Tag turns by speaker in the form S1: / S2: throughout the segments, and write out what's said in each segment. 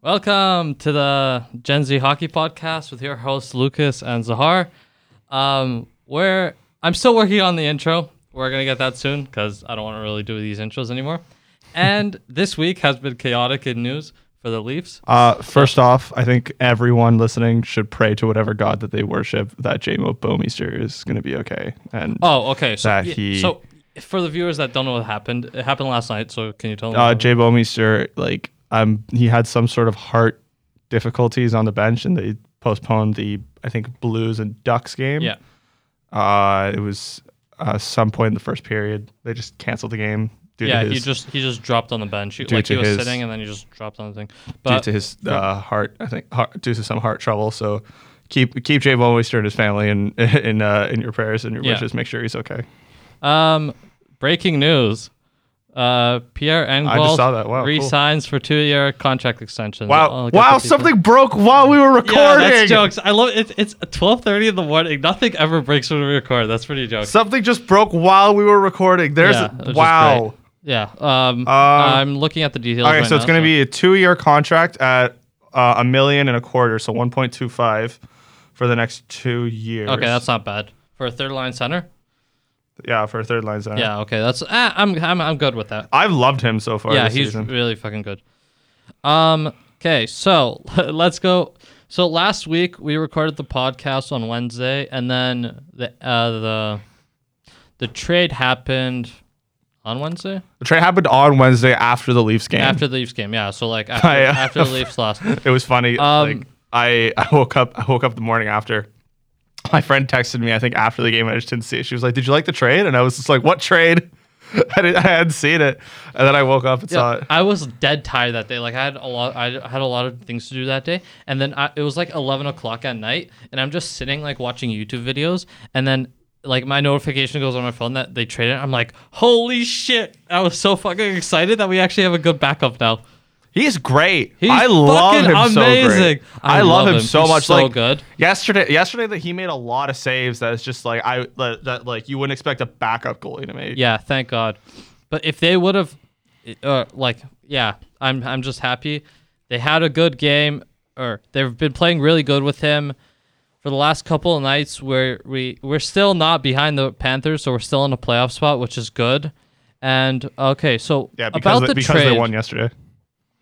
S1: Welcome to the Gen Z Hockey Podcast with your hosts Lucas and Zahar. Um, where I'm still working on the intro. We're gonna get that soon because I don't want to really do these intros anymore. And this week has been chaotic in news for the Leafs.
S2: Uh, first off, I think everyone listening should pray to whatever god that they worship that JMO Bomeister is going to be okay. And
S1: Oh, okay. So,
S2: That
S1: yeah,
S2: he-
S1: so for the viewers that don't know what happened, it happened last night. So can you tell them?
S2: uh, Jay Bomeister, like, um, he had some sort of heart difficulties on the bench, and they postponed the, I think, Blues and Ducks game.
S1: yeah.
S2: Uh, it was uh, some point in the first period. They just canceled the game due
S1: Yeah,
S2: to
S1: he
S2: his,
S1: just he just dropped on the bench. He,
S2: Due
S1: like he
S2: to
S1: was
S2: his-
S1: sitting and then he just dropped on the thing.
S2: due
S1: But
S2: to his uh, heart, I think, heart, due to some heart trouble. So keep keep Jay Bomeister and his family in in uh, in your prayers and your
S1: Yeah.
S2: wishes. Make sure he's okay.
S1: Um, breaking news. Uh, Pierre
S2: saw that.
S1: Engvall
S2: Wow, cool.
S1: re-signs for two-year contract extension. I'll
S2: Wow!
S1: get
S2: Wow!
S1: the details.
S2: Something broke while we were recording.
S1: Yeah, that's jokes. I love it. It's twelve thirty in the morning. Nothing ever breaks when we record. That's pretty jokes.
S2: Something just broke while we were recording. There's
S1: Yeah, which is
S2: wow.
S1: Yeah. Um, I'm looking at the details.
S2: Uh, Okay,
S1: right
S2: so it's
S1: now,
S2: going to be a two-year contract at uh, a million and a quarter, so 1.25 for the next two years.
S1: okay. That's not bad for a third-line center.
S2: yeah for a third line center.
S1: Yeah. Okay. That's ah, I'm I'm I'm good with that.
S2: I've loved him so far.
S1: Yeah,
S2: this
S1: he's
S2: season.
S1: really fucking good. Um. Okay, so let's go. So last week we recorded the podcast on Wednesday, and then the uh, the the trade happened on Wednesday
S2: the trade happened on Wednesday after the Leafs game.
S1: after the Leafs game. Yeah, so like after,
S2: yeah.
S1: after the Leafs lost.
S2: It was funny.
S1: Um,
S2: like I, I woke up I woke up the morning after. My friend texted me, I think after the game, I just didn't see it. She was like, Did you like the trade? And I was just like, What trade? I, didn't, I hadn't seen it. And then I woke up and saw
S1: Yeah,
S2: it.
S1: I was dead tired that day. Like I had a lot, I had a lot of things to do that day, and then I, it was like eleven o'clock at night, and I'm just sitting like watching YouTube videos, and then like my notification goes on my phone that they traded. I'm like, holy shit! I was so fucking excited that we actually have a good backup now.
S2: He's great.
S1: He's
S2: I love
S1: fucking
S2: him so
S1: amazing.
S2: great.
S1: I
S2: I, love,
S1: love
S2: him,
S1: him.
S2: so
S1: He's
S2: much.
S1: so
S2: like
S1: good.
S2: yesterday, yesterday that he made a lot of saves. That is just like I that, that like you wouldn't expect a backup goalie to make.
S1: Yeah, thank God. But if they would have, uh, like, yeah, I'm I'm just happy they had a good game, or they've been playing really good with him for the last couple of nights. Where we we're still not behind the Panthers, so we're still in a playoff spot, which is good. And okay, so
S2: yeah. Because
S1: about
S2: they-
S1: the
S2: because
S1: trade,
S2: they won yesterday.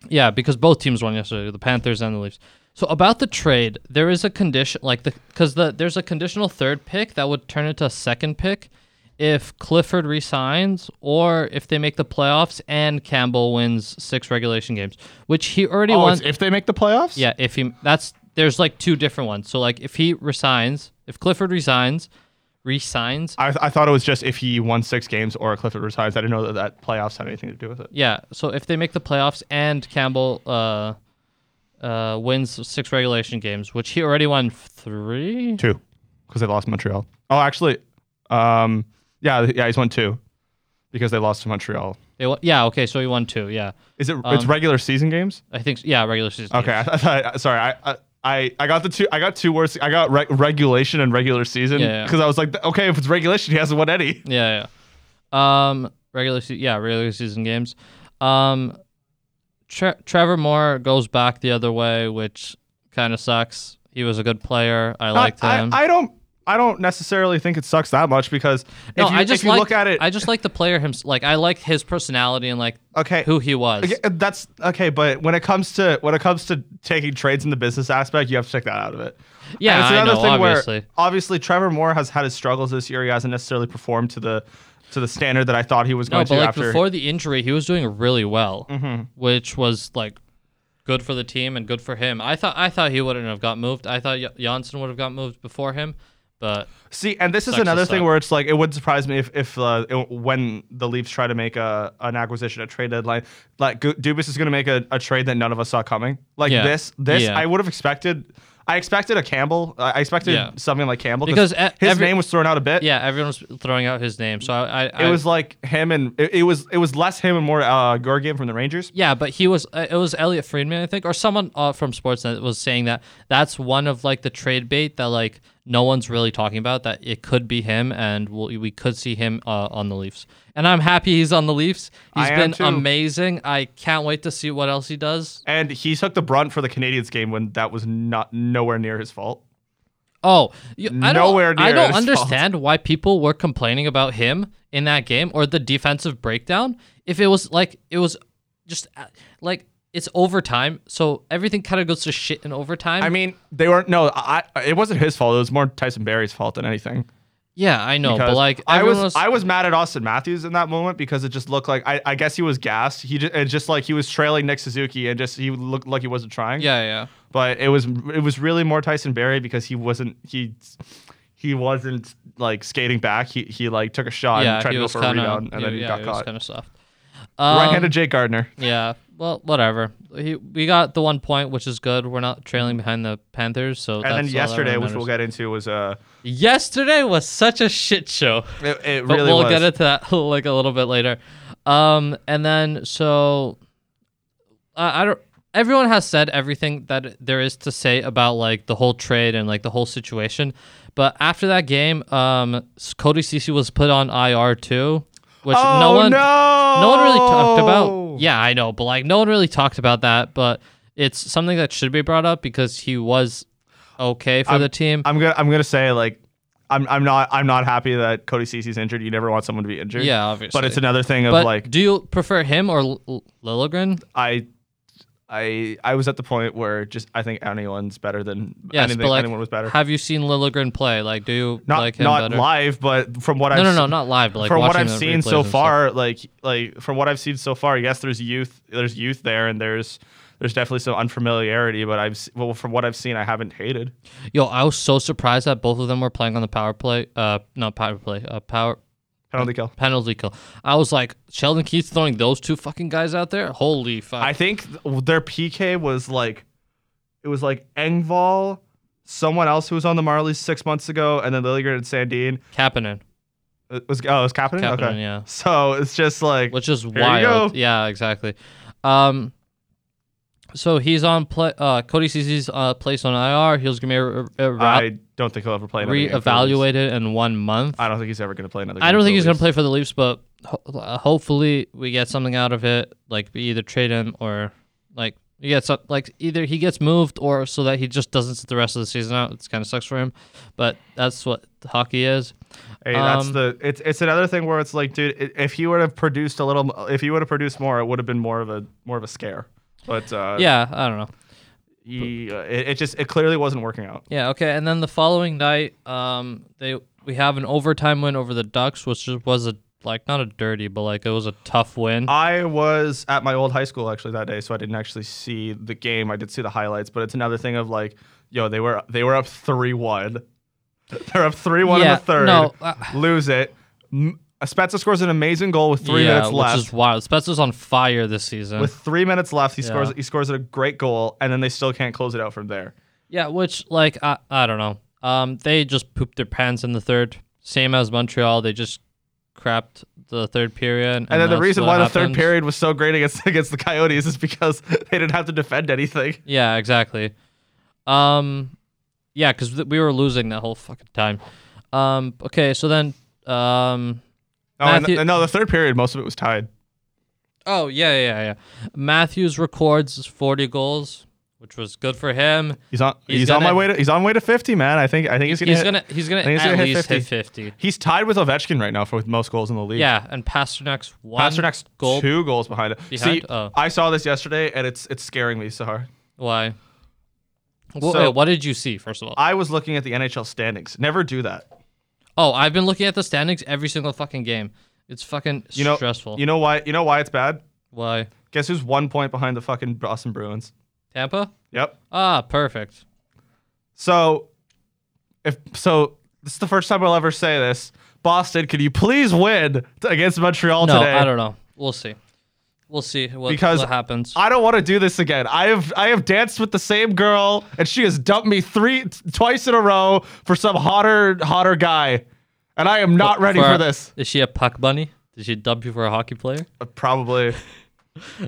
S1: yeah, because both teams won yesterday, the Panthers and the Leafs. So about the trade, there is a condition like the because the there's a conditional third pick that would turn into a second pick if Clifford resigns or if they make the playoffs and Campbell wins six regulation games, which he already
S2: Oh,
S1: won.
S2: it's if they make the playoffs.
S1: Yeah, if he that's there's like two different ones. So like if he resigns, if Clifford resigns, resigns,
S2: I, I thought it was just if he won six games or Clifford resigns. I didn't know that that playoffs had anything to do with it.
S1: Yeah. So if they make the playoffs and Campbell uh, uh, wins six regulation games, which he already won three.
S2: Two, because they lost Montreal. Oh, actually, um, yeah, yeah, he's won two because they lost to Montreal.
S1: They won, yeah. Okay. So he won two. Yeah.
S2: Is it? it's
S1: Um,
S2: regular season games.
S1: I think. Yeah. Regular season.
S2: Okay,
S1: games.
S2: I, I thought. Sorry, I. I I, I got the two I got two words I got re- regulation and regular season
S1: Yeah, yeah.
S2: because I was like okay if it's regulation he hasn't won any
S1: Yeah. Yeah. Um. Regular. Se- yeah. Regular season games. Um. Tre- Trevor Moore goes back the other way, which kind of sucks. He was a good player. I liked
S2: Uh, I,
S1: him.
S2: I, I don't I don't necessarily think it sucks that much because
S1: no,
S2: if you,
S1: I just
S2: if you
S1: like,
S2: look at it
S1: I just like the player himself. Like I like his personality and like
S2: okay
S1: who he was.
S2: Okay, uh, that's okay, but when it comes to when it comes to taking trades in the business aspect, you have to take that out of it.
S1: Yeah,
S2: And
S1: I know, obviously.
S2: where obviously Trevor Moore has had his struggles this year. He hasn't necessarily performed to the to the standard that I thought he was
S1: No,
S2: going
S1: but
S2: to
S1: like
S2: after. Mm-hmm.
S1: before the injury, he was doing really well, which was like good for the team and good for him. I thought I thought he wouldn't have got moved. I thought J- Janssen would have got moved before him, but
S2: See, and this is
S1: Sucks to
S2: another thing
S1: suck.
S2: where it's like it would surprise me if if uh, it- when the Leafs try to make a an acquisition at trade deadline, like Gu- Dubas is going to make a, a trade that none of us saw coming. Like
S1: Yeah.
S2: this, this
S1: Yeah.
S2: I would have expected. I expected a Campbell. I I expected
S1: Yeah.
S2: something like Campbell
S1: Because e-
S2: his
S1: every-
S2: name was thrown out a bit.
S1: yeah, everyone was throwing out his name. So I, I,
S2: it
S1: I-
S2: was like him and it, it was it was less him and more uh Gorgiev from the Rangers.
S1: yeah, but he was uh, it was Elliot Friedman I think or someone uh, from Sportsnet was saying that that's one of like the trade bait that like no one's really talking about that it could be him, and we'll, we could see him uh, on the Leafs. And I'm happy he's on the Leafs. He's
S2: I am
S1: been
S2: too.
S1: amazing. I can't wait to see what else he does.
S2: And he took the brunt for the Canadians game when that was not nowhere near his fault.
S1: Oh, you, I don't,
S2: Nowhere near
S1: I don't
S2: his fault.
S1: understand why people were complaining about him in that game or the defensive breakdown. If it was like it was just uh, like it's overtime, so everything kind of goes to shit in overtime.
S2: I mean, they weren't. No, I, I- it wasn't his fault. It was more Tyson Berry's fault than anything.
S1: yeah, I know, but
S2: Because
S1: like
S2: I was,
S1: everyone
S2: I was mad at Austin Matthews in that moment because it just looked like I, I guess he was gassed. He just, it just like he was trailing Nick Suzuki and just he looked like he wasn't trying.
S1: yeah, yeah.
S2: But it was it was really more Tyson Berry because he wasn't he he wasn't like skating back. He he like took a shot
S1: yeah,
S2: and tried
S1: he
S2: to go
S1: was
S2: for
S1: kinda,
S2: a rebound and
S1: yeah,
S2: then he
S1: yeah,
S2: got
S1: he
S2: caught.
S1: was Um, kind of soft.
S2: Right-handed Jake Gardner.
S1: Yeah. Well, whatever. He, we got the one point, which is good. We're not trailing behind the Panthers, so. that's
S2: And then
S1: all that
S2: yesterday,
S1: really
S2: which we'll
S1: matters.
S2: get into, was uh
S1: Yesterday was such a shit show.
S2: it, it
S1: But
S2: really
S1: we'll
S2: was.
S1: get into that like a little bit later. Um, and then so I I don't. Everyone has said everything that there is to say about like the whole trade and like the whole situation, but after that game, um, Cody Cece was put on IR too, which
S2: Oh
S1: no one
S2: no!
S1: no one really talked about. Yeah, I know, but like no one really talked about that. But it's something that should be brought up because he was okay for the team.
S2: I'm gonna I'm gonna say like I'm I'm not I'm not happy that Cody Cece's injured. You never want someone to be injured.
S1: yeah, obviously.
S2: But it's another thing of
S1: But
S2: like
S1: do you prefer him or L- L- Lilligren?
S2: I I I was at the point where just I think anyone's better than
S1: Yes,
S2: anything,
S1: but like,
S2: anyone was better.
S1: have you seen Lilligren play? Like, do you
S2: Not
S1: like him
S2: not
S1: better?
S2: live, but from what
S1: no,
S2: I've
S1: no,
S2: se-
S1: no, not live. But like
S2: from what
S1: watching
S2: I've
S1: the
S2: seen
S1: replays
S2: so
S1: and stuff.
S2: far, like like from what I've seen so far, yes, there's youth, there's youth there, and there's there's definitely some unfamiliarity. But I've se- well from what I've seen, I haven't hated.
S1: Yo, I was so surprised that both of them were playing on the power play. Uh, not power play. Uh, power
S2: Penalty kill.
S1: penalty kill. I was like, Sheldon Keith's throwing those two fucking guys out there. Holy fuck!
S2: I think th- their PK was like, it was like Engval, someone else who was on the Marlies six months ago, and then Lilligren and Sandine.
S1: Kapanen,
S2: It was oh, it was Kapanen.
S1: Kapanen,
S2: okay.
S1: yeah.
S2: So it's just like
S1: which is
S2: you
S1: wild.
S2: go.
S1: Yeah, exactly. Um, so he's on play. Uh, Cody Cece's uh placed on IR. He was gonna be re- re-
S2: I don't think he'll ever play. another game for the Leafs.
S1: reevaluated in one month.
S2: I don't think he's ever going to play another.
S1: I
S2: game
S1: don't
S2: for
S1: think
S2: the
S1: he's going
S2: Leafs.
S1: to play for the Leafs, but ho- uh, hopefully we get something out of it. Like we either trade him or like he gets up, like either he gets moved or so that he just doesn't sit the rest of the season out. It's kind of sucks for him, but that's what hockey is.
S2: Hey, that's
S1: Um,
S2: the. It's it's another thing where it's like, dude, i- if he would have produced a little, m- if he would have produced more, it would have been more of a more of a scare. But uh,
S1: Yeah, I don't know.
S2: he, uh, it, it just it clearly wasn't working out.
S1: Yeah, okay. And then the following night, um, they we have an overtime win over the Ducks, which just was a like not a dirty, but like it was a tough win.
S2: I was at my old high school actually that day, so I didn't actually see the game. I did see the highlights, but it's another thing of like, yo, they were they were up three one. They're up three one in
S1: Yeah,
S2: the third.
S1: no, uh,
S2: lose it. M- Spezza scores an amazing goal with three
S1: yeah,
S2: minutes left.
S1: which is wild. Spencer's on fire this season.
S2: with three minutes left, he
S1: Yeah.
S2: scores he scores a great goal, and then they still can't close it out from there.
S1: Yeah, which like I, I don't know. Um, they just pooped their pants in the third, same as Montreal. They just crapped the third period.
S2: And, then the
S1: that's
S2: reason
S1: what
S2: why the third
S1: happens.
S2: period was so great against against the Coyotes is because they didn't have to defend anything.
S1: Yeah, exactly. Um, yeah, because th- we were losing that whole fucking time. Um, okay, so then, um,
S2: Oh, and-
S1: Matthew-
S2: and no, the third period, most of it was tied.
S1: oh yeah, yeah, yeah. Matthews records forty goals, which was good for him.
S2: He's on.
S1: He's
S2: He's, on
S1: gonna-
S2: my way to. He's on way to fifty, man. I think. I think he's gonna.
S1: He's
S2: hit-
S1: gonna, he's gonna
S2: I think he's
S1: at
S2: gonna hit
S1: least
S2: 50.
S1: hit fifty.
S2: He's tied with Ovechkin right now for with most goals in the league.
S1: Yeah, and Pasternak's one.
S2: Pasternak's
S1: goal.
S2: two goals behind it.
S1: Behind?
S2: See,
S1: Oh.
S2: I saw this yesterday, and it's it's scaring me so hard.
S1: Why? Well,
S2: So-
S1: wait, what did you see first of all?
S2: I was looking at the NHL standings. Never do that.
S1: Oh, I've been looking at the standings every single fucking game. It's fucking
S2: You know.
S1: stressful.
S2: You know why? You know why it's bad?
S1: Why?
S2: Guess who's one point behind the fucking Boston Bruins?
S1: Tampa?
S2: Yep.
S1: Ah, perfect.
S2: So, if so, this is the first time I'll ever say this. Boston, could you please win t- against Montreal
S1: No,
S2: today?
S1: I don't know. We'll see. We'll see what,
S2: Because
S1: what happens.
S2: I don't want to do this again. I have I have danced with the same girl, and she has dumped me three t- twice in a row for some hotter hotter guy, and I am not ready for, this.
S1: Is she a puck bunny? Did she dub you for a hockey player?
S2: Probably.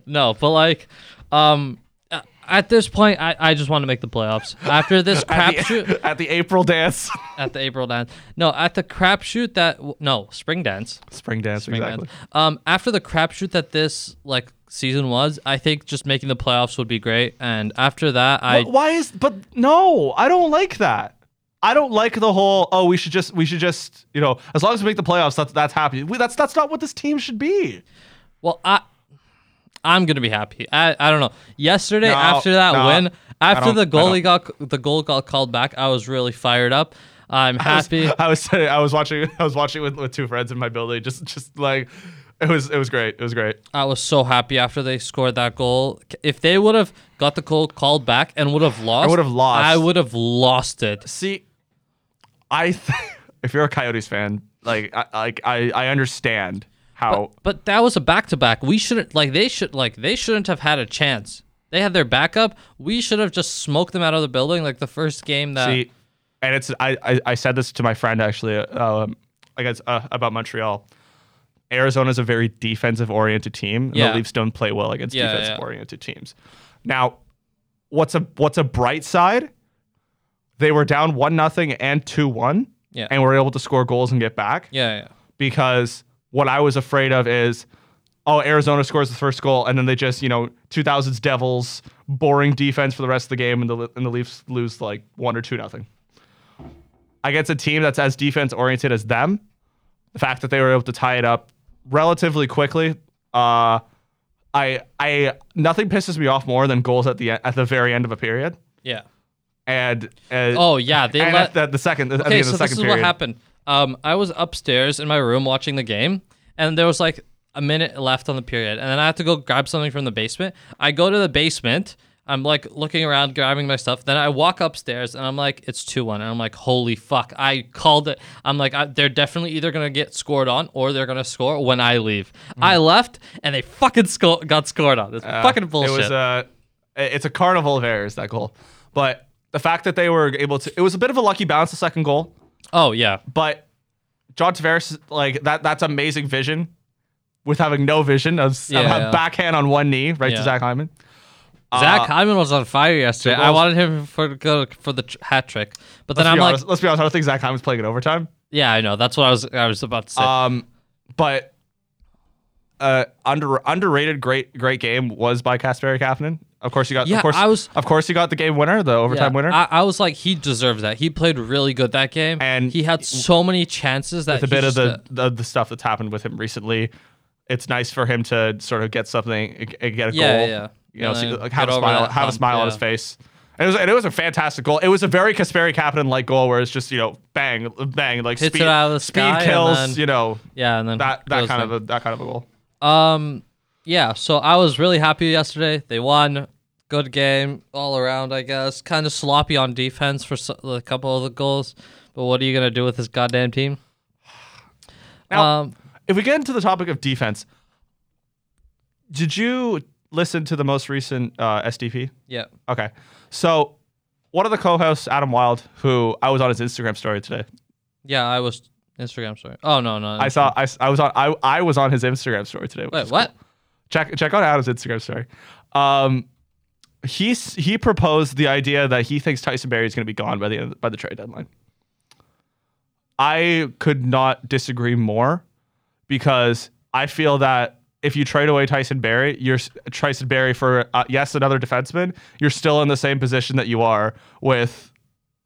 S1: No, but like, um, I- at this point, I, I just want to make the playoffs. After this
S2: At the-
S1: crapshoot
S2: at the April dance.
S1: at the April dance, no, at the crapshoot that no spring dance.
S2: Spring dance,
S1: Spring
S2: exactly.
S1: dance. Um, after the crapshoot that this like season was, I think just making the playoffs would be great. And after that, I
S2: But why is but no, I don't like that. I don't like the whole oh we should just we should just you know as long as we make the playoffs that's that's happy. We, that's that's not what this team should be.
S1: well I. I'm gonna be happy. I, I don't know. Yesterday
S2: No,
S1: after that
S2: no,
S1: win, after
S2: don't-
S1: the
S2: I
S1: goalie got the goal got called back, I was really fired up. I'm happy.
S2: I was I was watching I was watching with, with two friends in my building just just like it was it was great it was great.
S1: I was so happy after they scored that goal. If they would have got the goal called back and would have lost,
S2: would've lost.
S1: I would have lost it.
S2: See, I th- if you're a Coyotes fan like I like I I understand how
S1: But that was a back to back. We shouldn't like they should like they shouldn't have had a chance. They had their backup. We should have just smoked them out of the building like the first game that
S2: See, and it's I, I I said this to my friend actually, um, I guess uh, about Montreal. Arizona is a very defensive oriented team. And
S1: Yeah.
S2: The Leafs don't play well against
S1: Yeah, yeah.
S2: defensive oriented teams. Now, what's a what's a bright side? They were down one nothing and two one,
S1: Yeah.
S2: and were able to score goals and get back
S1: yeah, yeah.
S2: because what I was afraid of is, oh, Arizona scores the first goal, and then they just you know 2000s Devils boring defense for the rest of the game, and the and the Leafs lose like one or two nothing. Against a team that's as defense oriented as them, the fact that they were able to tie it up relatively quickly, uh, I I nothing pisses me off more than goals at the e- at the very end of a period,
S1: Yeah.
S2: and uh,
S1: Oh yeah, they
S2: and
S1: let
S2: at the, the second at the
S1: Okay,
S2: end of
S1: so
S2: the
S1: this
S2: second
S1: is
S2: period.
S1: what happened. Um, I was upstairs in my room watching the game, and there was like a minute left on the period, and then I had to go grab something from the basement. I go to the basement. I'm like looking around, grabbing my stuff. Then I walk upstairs, and I'm like, it's two one, and I'm like, holy fuck, I called it. I'm like, I, they're definitely either gonna get scored on, or they're gonna score when I leave. I left, and they fucking sco- got scored on. It's
S2: Mm. Uh,
S1: fucking bullshit.
S2: It was a, it's a carnival of errors that goal, but the fact that they were able to, it was a bit of a lucky bounce the second goal,
S1: oh yeah,
S2: but John Tavares like that that's amazing vision, with having no vision of, of
S1: Yeah, yeah.
S2: backhand on one knee right
S1: Yeah.
S2: to Zach Hyman. uh,
S1: Zach Hyman was on fire yesterday. I wanted him for go for the tr- hat trick, but then
S2: Let's
S1: I'm
S2: be
S1: like,
S2: honest, let's be honest, I don't think Zach Hyman's playing in overtime.
S1: Yeah, I know. That's what I was I was about to say.
S2: Um, but uh, under underrated great great game was by Kasperi Kapanen. Of course, you got.
S1: Yeah,
S2: of course,
S1: I was-
S2: Of course, you got the game winner, the
S1: Yeah,
S2: overtime winner.
S1: I, I was like, he deserves that. He played really good that game,
S2: And-
S1: he had so many chances that
S2: the
S1: he
S2: bit of
S1: just,
S2: the,
S1: uh,
S2: the the stuff that's happened with him recently. It's nice for him to sort of get something, g- get a
S1: Yeah,
S2: goal.
S1: yeah.
S2: You know,
S1: And
S2: see,
S1: then
S2: like, have
S1: get
S2: a
S1: over
S2: smile,
S1: that
S2: have a
S1: hump,
S2: smile on
S1: yeah.
S2: his face. And it was and it was a fantastic goal. It was a very Kasperi Kapanen like goal where it's just you know bang bang like
S1: Hits
S2: speed
S1: it out of the
S2: speed
S1: sky and
S2: kills
S1: then-
S2: you know
S1: yeah, and then
S2: that that
S1: goes
S2: kind
S1: in.
S2: of a, that kind of a goal.
S1: um yeah. So I was really happy yesterday. They won. Good game all around, I guess. Kind of sloppy on defense for so- a couple of the goals, but what are you gonna do with this goddamn team?
S2: Now-
S1: um,
S2: If we get into the topic of defense, did you listen to the most recent uh, SDP?
S1: yeah,
S2: Okay. So one of the co-hosts, Adam Wild, who I was on his Instagram story today,
S1: yeah. I was Instagram story. Oh no, no.
S2: I saw. I, I was on. I, I was on his Instagram story today. which
S1: Wait,
S2: is
S1: what?
S2: Check check out Adam's Instagram story. Um, he s- he proposed the idea that he thinks Tyson Berry is going to be gone by the end, by the trade deadline. I could not disagree more, because I feel that if you trade away Tyson Berry, you're s- Tyson Berry for uh, yes another defenseman. You're still in the same position that you are with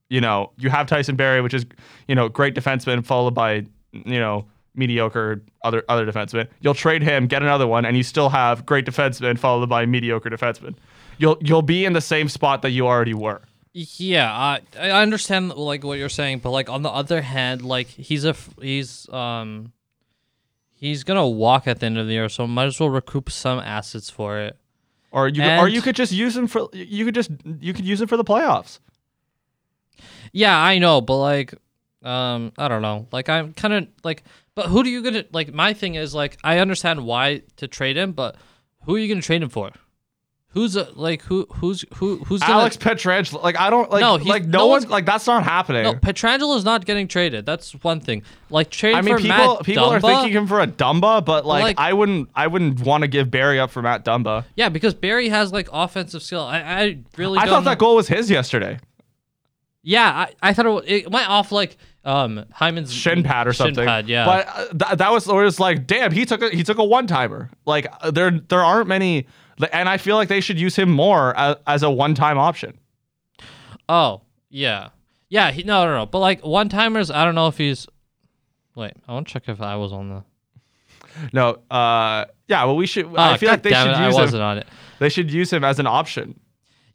S2: you know, you have Tyson Berry, which is, you know, great defenseman, followed by, you know, mediocre other other defenseman. You'll trade him, get another one, and you still have great defenseman followed by mediocre defenseman. You'll you'll be in the same spot that you already were.
S1: Yeah, I I understand like what you're saying, but like on the other hand, like he's a f- he's um he's gonna walk at the end of the year, so might as well recoup some assets for it.
S2: Or you could or
S1: And-
S2: you could just use him for you could just you could use him for the playoffs.
S1: Yeah, I know, but like um I don't know, like I'm kind of like, but who do you gonna like? My thing is like I understand why to trade him, but who are you gonna trade him for? Who's a, like who who's who who's gonna,
S2: Alex Petrangelo. Like I don't like
S1: No,
S2: no,
S1: he's-
S2: like no,
S1: no
S2: one's,
S1: one's-
S2: like that's not happening.
S1: No, Petrangelo's not getting traded. That's one thing. Like trading
S2: I mean,
S1: for
S2: people
S1: Matt
S2: people
S1: Dumba.
S2: are thinking him for a Dumba, but like,
S1: Like-
S2: I wouldn't I wouldn't want to give Barry up for Matt Dumba.
S1: yeah, because Barry has like offensive skill. I, I really
S2: I
S1: don't
S2: thought that goal was his yesterday.
S1: Yeah, I, I thought it, wa- it went off like um Hyman's
S2: Shin pad or something.
S1: Shin pad, yeah.
S2: But uh, th- that was where it's like, damn, he took a he took a one timer. Like uh, there there aren't many, and I feel like they should use him more as, as a one time option.
S1: oh yeah, yeah. He, no, no, no. But like one timers, I don't know if he's. Wait, I want to check if I was on the.
S2: No, uh, yeah, well we should. I
S1: Ah,
S2: feel like they
S1: goddammit,
S2: should
S1: I
S2: use him.
S1: wasn't on it.
S2: They should use him as an option.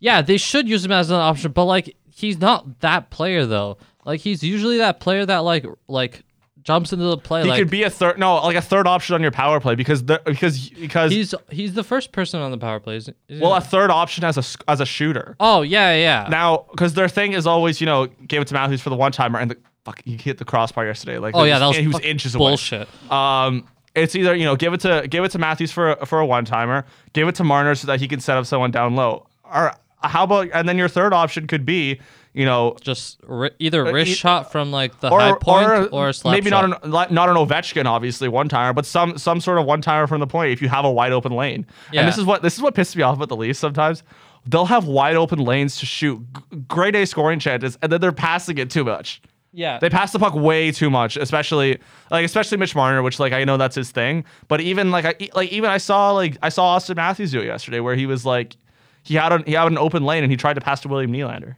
S1: Yeah, they should use him as an option, but like he's not that player though. Like he's usually that player that like like jumps into the play.
S2: He
S1: like
S2: could be a third, no, like a third option on your power play because the, because because
S1: he's he's the first person on the power play. Isn't, isn't
S2: well
S1: he?
S2: a third option as a s- as a shooter.
S1: oh yeah, yeah.
S2: Now, because their thing is always, you know, gave it to Matthews for the one timer, and the fuck, he hit the crossbar yesterday. Like,
S1: oh yeah, that was,
S2: he was
S1: fucking
S2: inches away.
S1: bullshit.
S2: Um, it's either you know, give it to give it to Matthews for a, for a one timer, give it to Marner so that he can set up someone down low, or how about and then your third option could be, you know,
S1: Just ri- either wrist
S2: he-
S1: shot from like the
S2: Uh, e- or
S1: high point or,
S2: or,
S1: a slap
S2: maybe
S1: shot.
S2: not an like, not an Ovechkin obviously one timer, but some some sort of one timer from the point if you have a wide open lane.
S1: Yeah.
S2: And this is what this is what pisses me off about the Leafs sometimes. They'll have wide open lanes to shoot g- great A scoring chances, and then they're passing it too much.
S1: yeah.
S2: They pass the puck way too much, especially like especially Mitch Marner, which like I know that's his thing. But even like I like even I saw like I saw Austin Matthews do it yesterday, where he was like he had an, he had an open lane and he tried to pass to William Nylander.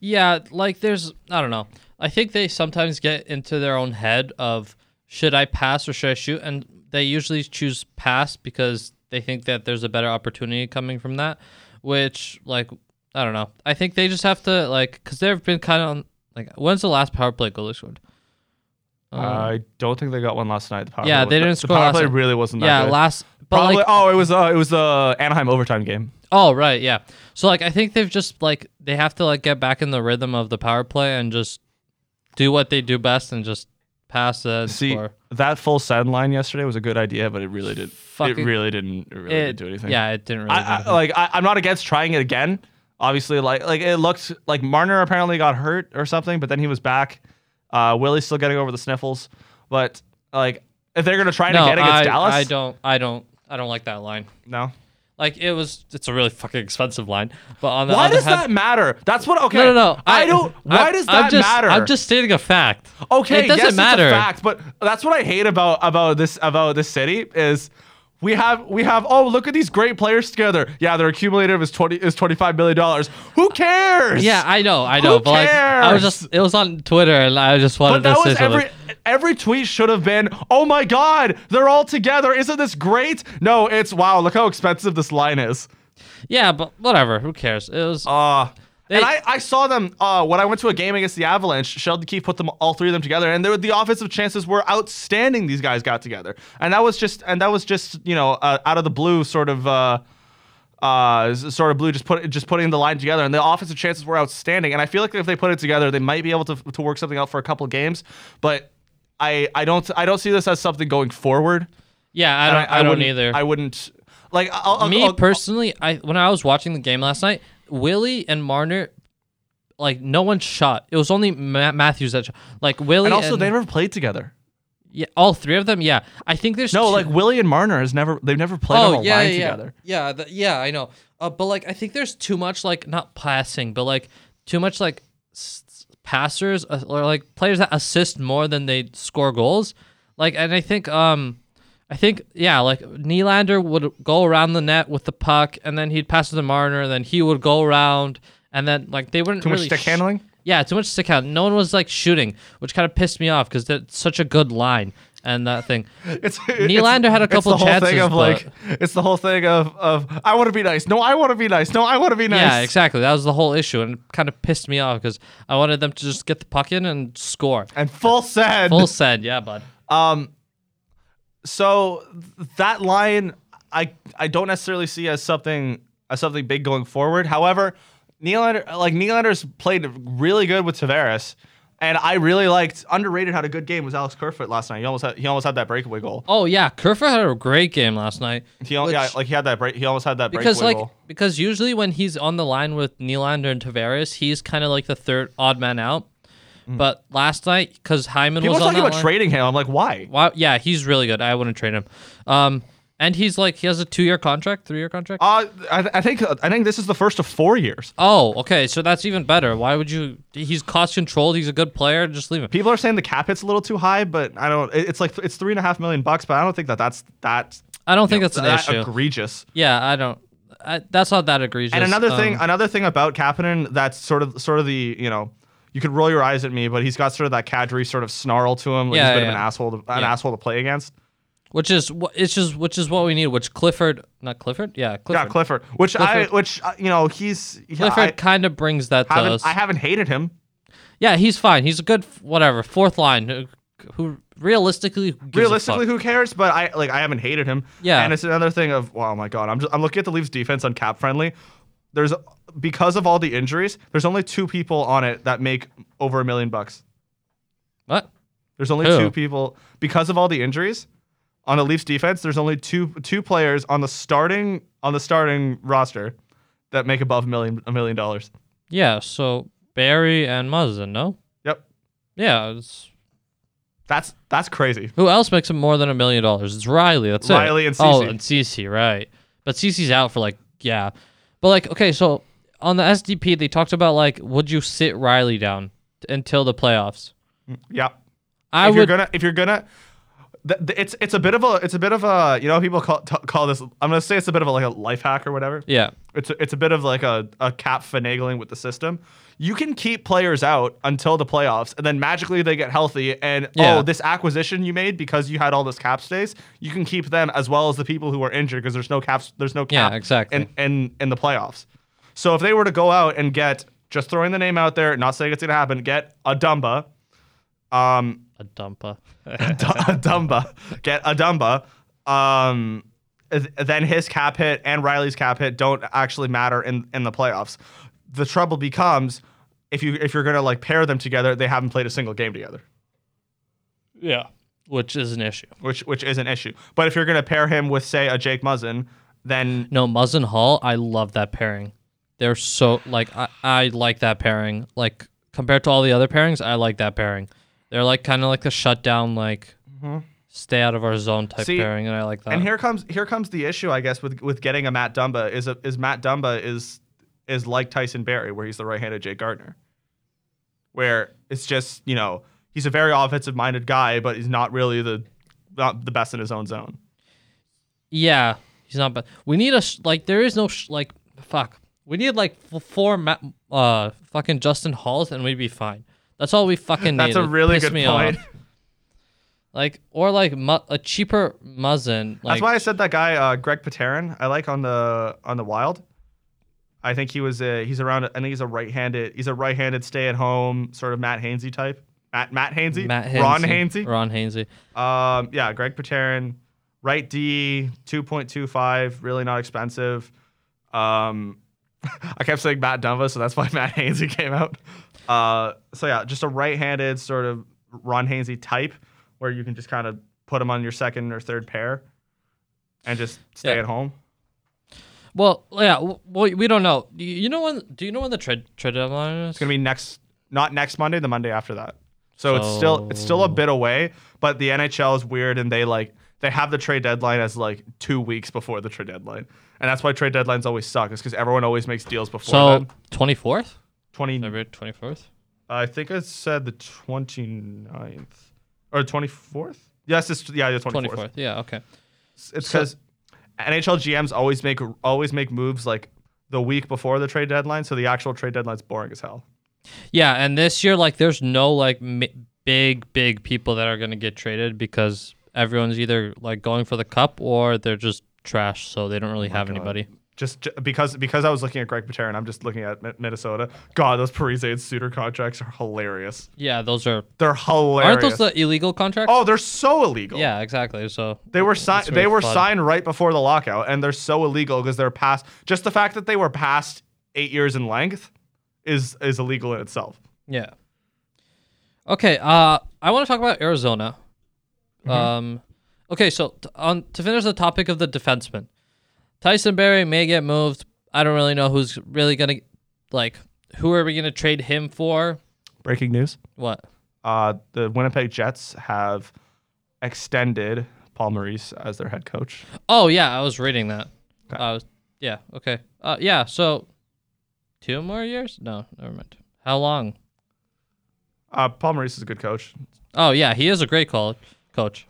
S1: Yeah, like there's I don't know. I think they sometimes get into their own head of should I pass or should I shoot, and they usually choose pass because they think that there's a better opportunity coming from that. Which like I don't know. I think they just have to like because they've been kind of on like when's the last power play goal they scored?
S2: Uh, I don't think they got one last night. The power
S1: Yeah,
S2: play-
S1: they didn't
S2: the
S1: score
S2: power
S1: last
S2: play
S1: night.
S2: really wasn't that
S1: yeah,
S2: good.
S1: last but
S2: Probably.
S1: like
S2: oh, it was uh, it was the Anaheim overtime game.
S1: oh right yeah. So like I think they've just like they have to like get back in the rhythm of the power play and just do what they do best and just pass and
S2: See
S1: score.
S2: that full send line yesterday was a good idea, but it really did. It
S1: Fucking-
S2: really didn't. It really didn't do anything.
S1: Yeah, it didn't really. do
S2: I, I,
S1: anything.
S2: like I, I'm not against trying it again. Obviously, like like it looked like Marner apparently got hurt or something, but then he was back. Uh, Willie's still getting over the sniffles, but like if they're gonna try it
S1: no,
S2: again against
S1: I,
S2: Dallas,
S1: I don't. I don't. I don't like that line.
S2: No.
S1: Like it was. It's a really fucking expensive line. But on the
S2: Why
S1: other
S2: does
S1: hand,
S2: that matter? That's what. Okay.
S1: No, no, no.
S2: I, don't. Why
S1: I'm-
S2: does
S1: I'm
S2: that
S1: just-
S2: matter?
S1: I'm just stating a fact.
S2: Okay,
S1: it doesn't
S2: yes, it's a
S1: matter.
S2: fact, but that's what I hate about about this about this city is we have we have oh look at these great players together. Yeah, their accumulative is twenty is twenty five million dollars. Who cares?
S1: Yeah, I know. I know. but like, I was
S2: cares?
S1: just. It was on Twitter, and I just wanted
S2: but that
S1: to say
S2: was
S1: something.
S2: every every tweet should have been oh my god they're all together isn't this great? No, it's wow look how expensive this line is.
S1: yeah, but whatever. Who cares? It was.
S2: Uh,
S1: They-
S2: and I, I saw them uh, when I went to a game against the Avalanche. Sheldon Keefe put them all three of them together, and they were, the offensive chances were outstanding. These guys got together, and that was just and that was just you know uh, out of the blue sort of. Uh, uh, s- sort of blue, just put just putting the line together, and the offensive chances were outstanding. And I feel like if they put it together, they might be able to, to work something out for a couple games. But I I don't I don't see this as something going forward.
S1: yeah, I
S2: And
S1: don't. I, don't
S2: wouldn't-
S1: either.
S2: I wouldn't like I'll, I'll,
S1: me
S2: I'll-
S1: personally, I when I was watching the game last night, Willie and Marner, like no one shot. It was only Ma- Matthews that shot. Like Willie
S2: and also
S1: and,
S2: they never played together.
S1: Yeah, all three of them. Yeah, I think there's
S2: No,
S1: two-
S2: like Willie and Marner has never they've never played on a
S1: Oh, yeah,
S2: line
S1: yeah,
S2: together.
S1: Yeah, th- yeah, I know. Uh, but like, I think there's too much like not passing, but like too much like s- s- passers uh, or like players that assist more than they score goals. Like, and I think um, I think yeah, like Nylander would go around the net with the puck, and then he'd pass it to Marner, and then he would go around, and then like they wouldn't
S2: Too much
S1: really
S2: stick
S1: sh-
S2: handling?
S1: yeah, too much stick handling. No one was like shooting, which kind of pissed me off because that's such a good line and that thing.
S2: It's
S1: Nylander had a couple
S2: it's the whole
S1: chances,
S2: thing of
S1: but-
S2: like it's the whole thing of of I want to be nice. No, I want to be nice. No, I want to be nice.
S1: Yeah, exactly. That was the whole issue, and it kind of pissed me off because I wanted them to just get the puck in and score.
S2: And full send.
S1: Full said, yeah, bud.
S2: so th- that line I I don't necessarily see as something as something big going forward. However, Nylander like Nylander's played really good with Tavares. And I really liked underrated had a good game was Alex Kerfoot last night. He almost had, he almost had that breakaway goal.
S1: Oh yeah, Kerfer had a great game last night.
S2: He al- yeah,
S1: Which-
S2: like he had that break. He almost had that
S1: because
S2: breakaway
S1: like
S2: goal.
S1: because usually when he's on the line with Nylander and Tavares, he's kind of like the third odd man out. But last night, because Hyman
S2: Mm. People are
S1: was on
S2: talking
S1: that
S2: about
S1: line,
S2: trading him. I'm like, why?
S1: wow, yeah, he's really good. I wouldn't trade him. Um, and he's like he has a two year contract, three year contract.
S2: Uh, I, th- I think I think this is the first of four years.
S1: oh, okay, so that's even better. Why would you? He's cost controlled. He's a good player. Just leave him.
S2: People are saying the cap hit's a little too high, but I don't. it- It's like it's three and a half million bucks, but I don't think that that's that.
S1: I don't think that's an
S2: that
S1: issue.
S2: egregious.
S1: yeah, I don't. I, that's not that egregious.
S2: And another
S1: Um,
S2: thing, another thing about Kapanen that's sort of sort of the you know, you could roll your eyes at me, but he's got sort of that cadre sort of snarl to him. Like he's
S1: Yeah,
S2: a bit
S1: yeah.
S2: of an asshole, to, an
S1: Yeah.
S2: asshole to play against.
S1: which is wh- it's just which is what we need. Which Clifford, not Clifford, yeah, Clifford.
S2: Yeah, Clifford. Which I,
S1: Clifford.
S2: which uh, you know, he's yeah,
S1: Clifford kind of brings that to
S2: I, haven't,
S1: us.
S2: I haven't hated him.
S1: Yeah, he's fine. He's a good f- whatever fourth line. Who, who realistically who gives a
S2: Realistically,
S1: fuck?
S2: who cares? But I like I haven't hated him.
S1: Yeah.
S2: And it's another thing of wow, my god, I'm just I'm looking at the Leafs defense on cap friendly. There's because of all the injuries, there's only two people on it that make over a million bucks.
S1: what?
S2: There's only
S1: Who?
S2: two people because of all the injuries on the Leafs defense. There's only two two players on the starting on the starting roster that make above a million a million dollars.
S1: Yeah, so Barry and Muzzin, no?
S2: Yep.
S1: Yeah, it's,
S2: That's that's crazy.
S1: who else makes him more than a million dollars? It's Riley. That's it.
S2: Riley and
S1: Oh,
S2: Cece.
S1: and Cece, right? But Cece's out for like yeah, but like okay, so on the SDP they talked about like would you sit Riley down t- until the playoffs?
S2: Yep.
S1: I
S2: if
S1: would.
S2: you're gonna if you're gonna th- th- it's it's a bit of a it's a bit of a you know people call t- call this I'm gonna say it's a bit of a, like a life hack or whatever.
S1: yeah,
S2: It's a, it's a bit of like a, a cap finagling with the system. You can keep players out until the playoffs, and then magically they get healthy. And
S1: Yeah.
S2: oh, this acquisition you made because you had all this cap space, you can keep them as well as the people who are injured because there's no caps. There's no
S1: Yeah,
S2: cap.
S1: exactly.
S2: In, in in the playoffs, so if they were to go out and get just throwing the name out there, not saying it's gonna happen, get a Dumba, um,
S1: a dumper.
S2: D- a Dumba, get a Dumba, um, th- then his cap hit and Riley's cap hit don't actually matter in, in the playoffs. The trouble becomes if you if you're gonna like pair them together, they haven't played a single game together,
S1: yeah, which is an issue.
S2: which which is an issue. But if you're gonna pair him with say a Jake Muzzin, then
S1: No, Muzzin Hall, I love that pairing. They're so like I, I like that pairing. Like compared to all the other pairings, I like that pairing. They're like kind of like the shutdown, like stay out of our zone type
S2: Mm-hmm. See,
S1: pairing, and I like that.
S2: and here comes here comes the issue, I guess, with with getting a Matt Dumba is a, is Matt Dumba is is like Tyson Berry, where he's the right-handed Jake Gardner, where it's just you know he's a very offensive-minded guy, but he's not really the not the best in his own zone.
S1: yeah, he's not bad. We need a sh- like there is no sh- like fuck. We need like f- four ma- uh fucking Justin Halls, and we'd be fine. That's all we fucking need.
S2: That's a really good
S1: me
S2: point.
S1: Off. Like or like mu- a cheaper Muzzin. Like,
S2: That's why I said that guy uh, Greg Paterin I like on the on the Wild. I think he was a he's around. I think he's a right-handed. He's a right-handed stay-at-home sort of Matt Hainsey type. Matt Matt Hainsey.
S1: Matt
S2: Ron
S1: Hainsey.
S2: Hainsey.
S1: Ron Hainsey.
S2: Um, yeah, Greg Paterin, right D, 2.25, really not expensive. Um, I kept saying Matt Dumba, so that's why Matt Hainsey came out. Uh, so yeah, just a right-handed sort of Ron Hainsey type, where you can just kind of put him on your second or third pair, and just stay
S1: Yeah.
S2: at home.
S1: Well, yeah, w- well, we don't know. Do You you know when? Do you know when the trade trade deadline is?
S2: It's gonna be next, not next Monday, the Monday after that. So it's still it's still a bit away, but the NHL is weird and they like they have the trade deadline as like two weeks before the trade deadline, and that's why trade deadlines always suck. Is because everyone always makes deals before
S1: so
S2: then.
S1: twenty fourth,
S2: Twenty,
S1: February twenty fourth.
S2: I think I said the 29th or twenty fourth. Yes, it's yeah, the twenty
S1: Twenty
S2: fourth.
S1: fourth. Yeah. Okay.
S2: It's
S1: So-
S2: because NHL GMs always make always make moves like the week before the trade deadline, so the actual trade deadline's boring as hell.
S1: Yeah, and this year, like, there's no like m- big, big people that are gonna get traded because everyone's either like going for the cup or they're just trash, so they don't really have anybody.
S2: just j- because because I was looking at Greg Paterin, I'm just looking at Mi- Minnesota. God, those Parise suitor contracts are hilarious.
S1: Yeah, those are
S2: They're hilarious.
S1: aren't those the illegal contracts?
S2: oh, they're so illegal.
S1: yeah, exactly. So
S2: They were
S1: it's
S2: signed.
S1: very
S2: They were
S1: fun.
S2: signed right before the lockout, and they're so illegal because they're past. Just the fact that they were past eight years in length is is illegal in itself.
S1: Yeah. Okay, uh, I want to talk about Arizona. Um, okay, so t- on to finish the topic of the defenseman, Tyson Berry may get moved. I don't really know who's really gonna like. Who are we gonna trade him for?
S2: Breaking news.
S1: What?
S2: Uh, the Winnipeg Jets have extended Paul Maurice as their head coach.
S1: Oh yeah, I was reading that.
S2: Okay.
S1: I was yeah okay uh yeah so two more years? No, never mind. How long?
S2: Uh, Paul Maurice is a good coach.
S1: Oh yeah, he is a great call coach.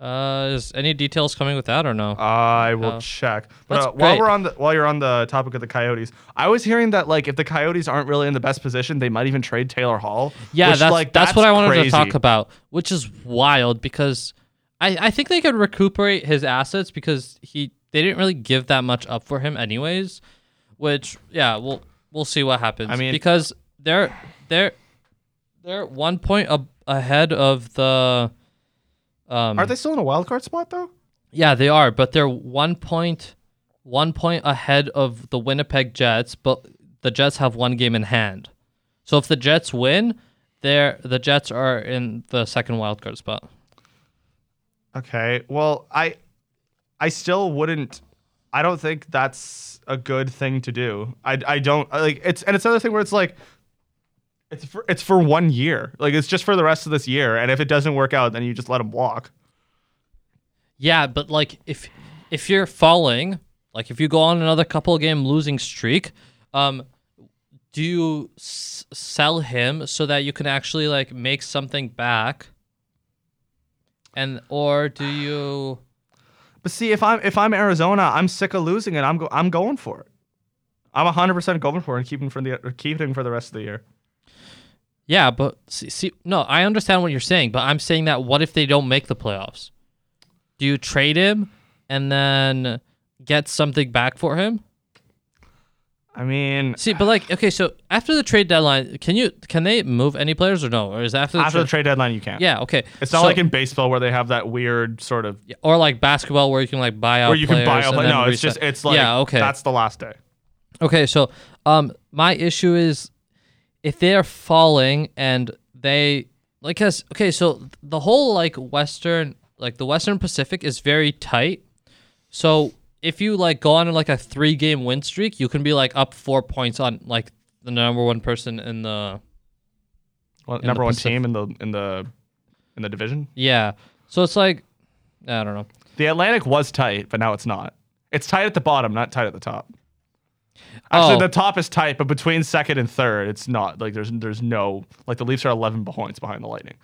S1: Uh, is any details coming with that or no?
S2: I will
S1: Oh.
S2: check. But
S1: That's
S2: uh, while
S1: great.
S2: we're on the while you're on the topic of the Coyotes, I was hearing that like if the Coyotes aren't really in the best position, they might even trade Taylor Hall.
S1: Yeah,
S2: which,
S1: that's,
S2: like,
S1: that's what I wanted to
S2: crazy.
S1: talk about, which is wild because I, I think they could recuperate his assets because he they didn't really give that much up for him anyways. Which yeah, we'll we'll see what happens.
S2: I mean-
S1: because they're they're they're one point ab- ahead of the. Um,
S2: Are they still in a wild card spot though?
S1: yeah, they are, but they're one point one point ahead of the Winnipeg Jets, but the Jets have one game in hand. So if the Jets win, they're the Jets are in the second wild card spot.
S2: Okay. Well, I I still wouldn't I don't think that's a good thing to do. I I don't I, like it's and it's another thing where it's like it's for it's for one year. Like it's just for the rest of this year and if it doesn't work out then you just let them walk.
S1: Yeah, but like if if you're falling, like if you go on another couple game losing streak, um do you s- sell him so that you can actually like make something back? And or do you
S2: But see if I'm if I'm Arizona, I'm sick of losing it. I'm go, I'm going for it. I'm 100% going for it and keeping for the or keeping for the rest of the year.
S1: Yeah, but see, see, no, I understand what you're saying, but I'm saying that what if they don't make the playoffs? Do you trade him and then get something back for him?
S2: I mean,
S1: See, but like, okay, so after the trade deadline, can you can they move any players or no? Or is it after the,
S2: after the
S1: trade?
S2: trade deadline you can't.
S1: Yeah, okay.
S2: It's not
S1: So-
S2: like in baseball where they have that weird sort of
S1: yeah, or like basketball where you can like buy out
S2: where you can buy
S1: players
S2: a
S1: and
S2: play.
S1: then
S2: No, it's
S1: reset.
S2: just it's like
S1: yeah, okay,
S2: that's the last day.
S1: Okay, so um my issue is if they're falling and they like us okay, so the whole like western like the western Pacific is very tight. So if you like go on like a 3 game win streak, you can be like up 4 points on like the number 1 person in the
S2: Well,
S1: the
S2: number one
S1: Pacific.
S2: team in the in the in the division.
S1: yeah. So it's like I don't know.
S2: The Atlantic was tight, but now it's not. It's tight at the bottom, not tight at the top. Actually,
S1: Oh.
S2: the top is tight, but between second and third, it's not. Like there's there's no like the Leafs are 11 points behind the Lightning,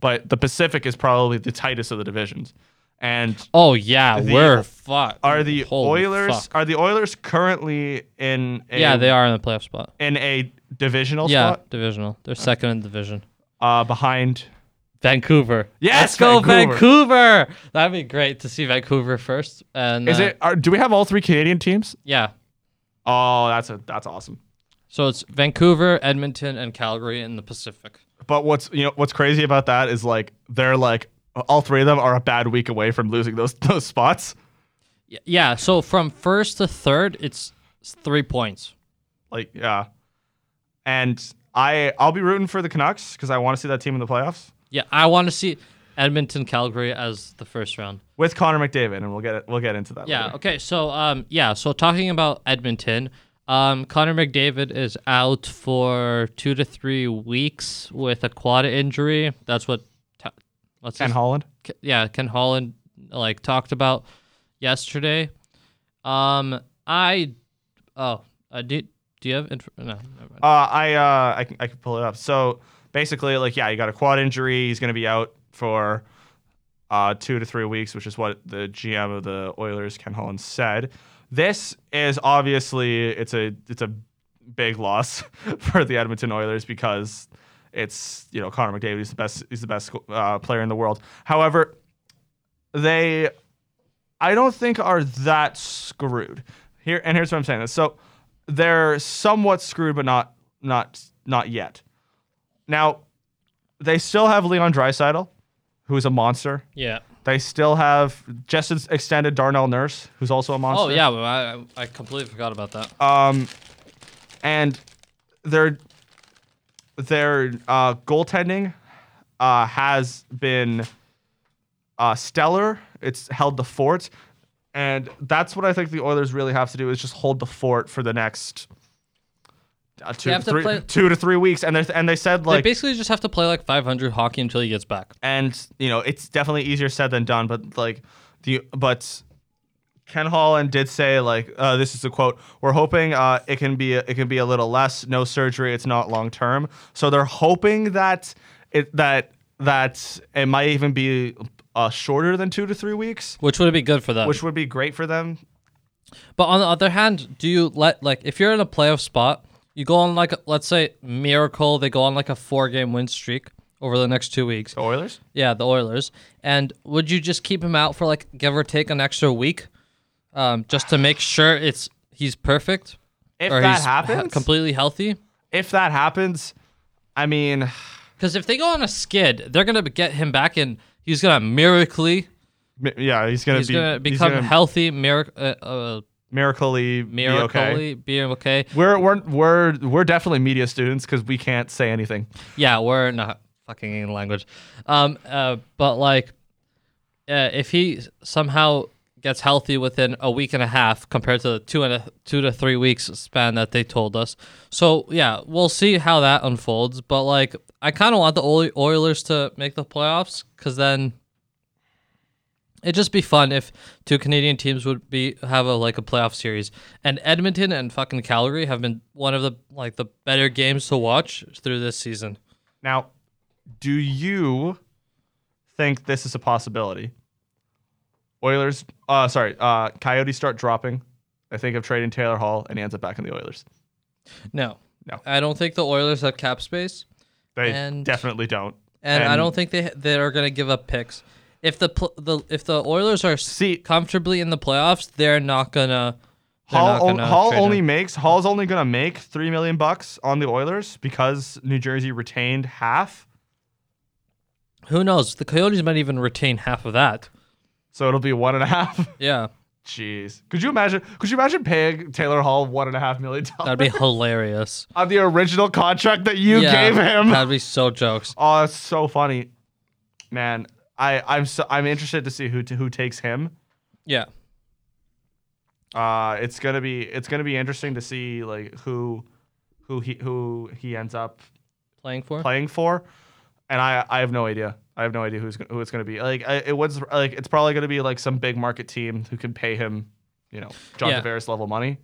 S2: but the Pacific is probably the tightest of the divisions. And
S1: Oh yeah,
S2: The-
S1: we're fucked.
S2: are the
S1: Holy
S2: Oilers
S1: fuck.
S2: are the Oilers currently in a,
S1: Yeah, they are in the playoff spot.
S2: in a divisional
S1: Yeah,
S2: spot
S1: divisional. They're second in the division.
S2: uh, behind
S1: Vancouver.
S2: Yes,
S1: let's go
S2: Vancouver.
S1: Vancouver. That'd be great to see Vancouver first. And
S2: Is
S1: uh,
S2: it? Are, do we have all three Canadian teams?
S1: Yeah.
S2: Oh, that's a that's awesome.
S1: So it's Vancouver, Edmonton, and Calgary in the Pacific.
S2: But what's you know what's crazy about that is like they're like all three of them are a bad week away from losing those those spots.
S1: Y- Yeah. So from first to third, it's it's three points.
S2: Like yeah, and I I'll be rooting for the Canucks because I want to see that team in the playoffs
S1: Yeah, I want to see Edmonton, Calgary as the first round.
S2: with Connor McDavid, and we'll get it, we'll get into that.
S1: Yeah.
S2: later.
S1: Okay. So um, yeah. So talking about Edmonton, um, Connor McDavid is out for two to three weeks with a quad injury. That's what. T- what's
S2: Ken
S1: his-
S2: Holland.
S1: K- yeah, Ken Holland like talked about yesterday. Um, I oh, uh, do do you have inf- no? Never mind.
S2: Uh, I uh I can, I can pull it up. So basically, like yeah, he got a quad injury. He's gonna be out for uh, two to three weeks, which is what the GM of the Oilers, Ken Holland, said. This is obviously it's a it's a big loss for the Edmonton Oilers because it's you know Connor McDavid is the best he's the best uh, player in the world. However, they I don't think are that screwed here. And here's what I'm saying this. So they're somewhat screwed, but not not not yet. Now they still have Leon Dreisaitl, who is a monster.
S1: yeah.
S2: They still have just as extended Darnell Nurse, who's also a monster.
S1: Oh yeah, well, I I- I completely forgot about that.
S2: Um, and they're their uh, goaltending uh, has been uh, stellar. It's held the fort, and that's what I think the Oilers really have to do is just hold the fort for the next uh,
S1: They
S2: two, to
S1: have to
S2: three,
S1: play-
S2: two to three weeks. And they and they said like
S1: they basically just have to play like 500 hockey until he gets back.
S2: and you know it's definitely easier said than done but like the but ken holland did say like uh, this is a quote we're hoping uh, it can be it can be a little less no surgery it's not long term so they're hoping that it that that it might even be uh, shorter than two to three weeks
S1: Which would be good for them.
S2: which would be great for them
S1: But on the other hand, do you let like if you're in a playoff spot, you go on like a, let's say miracle, they go on like a four game win streak over the next two weeks.
S2: the oilers
S1: Yeah, the Oilers. And would you just keep him out for like give or take an extra week, um, just to make sure it's he's perfect
S2: if
S1: or
S2: that
S1: he's ha-
S2: happens
S1: completely healthy?
S2: if that happens i mean
S1: Because if they go on a skid, they're gonna get him back and he's gonna miraculously
S2: mi- yeah he's gonna
S1: he's
S2: be
S1: gonna
S2: he's
S1: become
S2: gonna
S1: healthy, mirac- uh, uh,
S2: miracly be okay.
S1: miraculously being okay.
S2: We're we're we're we're definitely media students because we can't say anything.
S1: Yeah, we're not fucking in language. Um, uh, but like, uh, if he somehow gets healthy within a week and a half compared to the two and a, two to three weeks span that they told us, so yeah, we'll see how that unfolds. But like, I kind of want the Oil- Oilers to make the playoffs because then. It'd just be fun if two Canadian teams would be have a like a playoff series. And Edmonton and fucking Calgary have been one of the like the better games to watch through this season.
S2: Now, do you think this is a possibility? Oilers, uh, sorry, uh, Coyotes start dropping. I think of trading Taylor Hall, and he ends up back in the Oilers.
S1: No.
S2: No.
S1: I don't think the Oilers have cap space,
S2: They
S1: And-
S2: definitely don't.
S1: and, I
S2: And-
S1: don't think they they are going to give up picks. If the pl- the if the Oilers are
S2: See-
S1: comfortably in the playoffs, they're not gonna. they're not
S2: Hall, on,
S1: gonna
S2: Hall
S1: trade
S2: only
S1: him.
S2: makes Hall's only gonna make three million bucks on the Oilers because New Jersey retained half,
S1: Who knows? The Coyotes might even retain half of that.
S2: so it'll be one and a half.
S1: Yeah,
S2: Jeez, could you imagine? Could you imagine paying Taylor Hall one and a half million dollars?
S1: that'd be hilarious.
S2: on the original contract that you
S1: Yeah,
S2: gave him.
S1: That'd be so jokes.
S2: Oh, it's so funny, man. I I'm so, I'm interested to see who who takes him.
S1: Yeah,
S2: Uh, it's gonna be it's gonna be interesting to see like who who he who he ends up
S1: playing for.
S2: playing for, and I I have no idea. I have no idea who's who it's gonna be. Like I, it was like it's probably gonna be like some big market team who can pay him, you know, John
S1: Yeah.
S2: Tavares level money.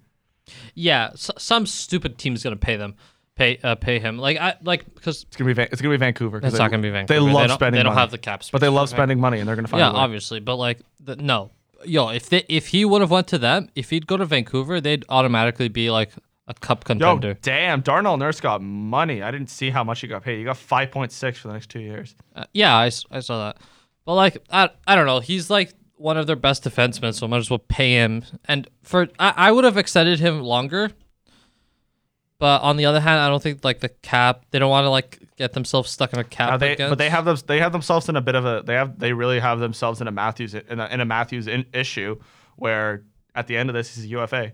S1: Yeah, s some stupid team's gonna pay them, pay uh, pay him. Like I like because
S2: It's gonna be Van- it's gonna be Vancouver. 'cause
S1: it's
S2: they-
S1: not gonna be Vancouver.
S2: They love
S1: don't,
S2: spending.
S1: They don't
S2: money.
S1: have the cap space.
S2: but they love
S1: for Vancouver.
S2: spending money, and they're gonna find
S1: Yeah,
S2: a way.
S1: obviously, but like, the, no, yo, if they if he would have went to them, if he'd go to Vancouver, they'd automatically be like a cup
S2: Yo,
S1: contender.
S2: damn, Darnell Nurse got money. I didn't see how much he got paid. He got 5.6 for the next two years.
S1: Uh, yeah, I, s- I saw that, but like, I, I don't know, he's like one of their best defensemen, so might as well pay him. And for I, I would have extended him longer, but on the other hand, I don't think like the cap, they don't want to like get themselves stuck in a cap.
S2: Now they,
S1: against.
S2: but they have them, they have themselves in a bit of a they have they really have themselves in a Matthews in a, in a Matthews in, issue where at the end of this he's a UFA.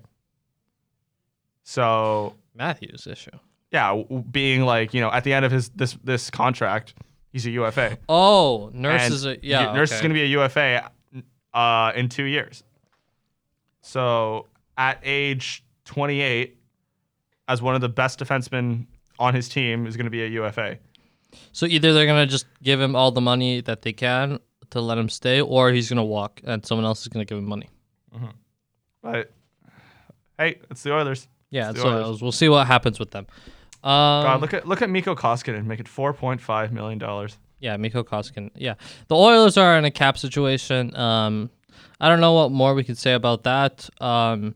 S2: So
S1: Matthews issue.
S2: yeah, w- being like you know at the end of his this this contract he's a UFA.
S1: Oh, nurse
S2: And
S1: is a
S2: you-
S1: yeah.
S2: Nurse
S1: okay.
S2: is going to be a UFA uh, in two years. So at age 28, as one of the best defensemen on his team, is going to be a UFA.
S1: So either they're gonna just give him all the money that they can to let him stay, or he's gonna walk and someone else is gonna give him money.
S2: But hey, it's the Oilers.
S1: Yeah,
S2: It's
S1: so
S2: the Oilers.
S1: we'll see what happens with them. Um,
S2: God, Uh, look at look at Miko Koskinen make it 4.5 million dollars.
S1: yeah, Miko Koskinen. Yeah, the Oilers are in a cap situation. Um, I don't know what more we could say about that. Um,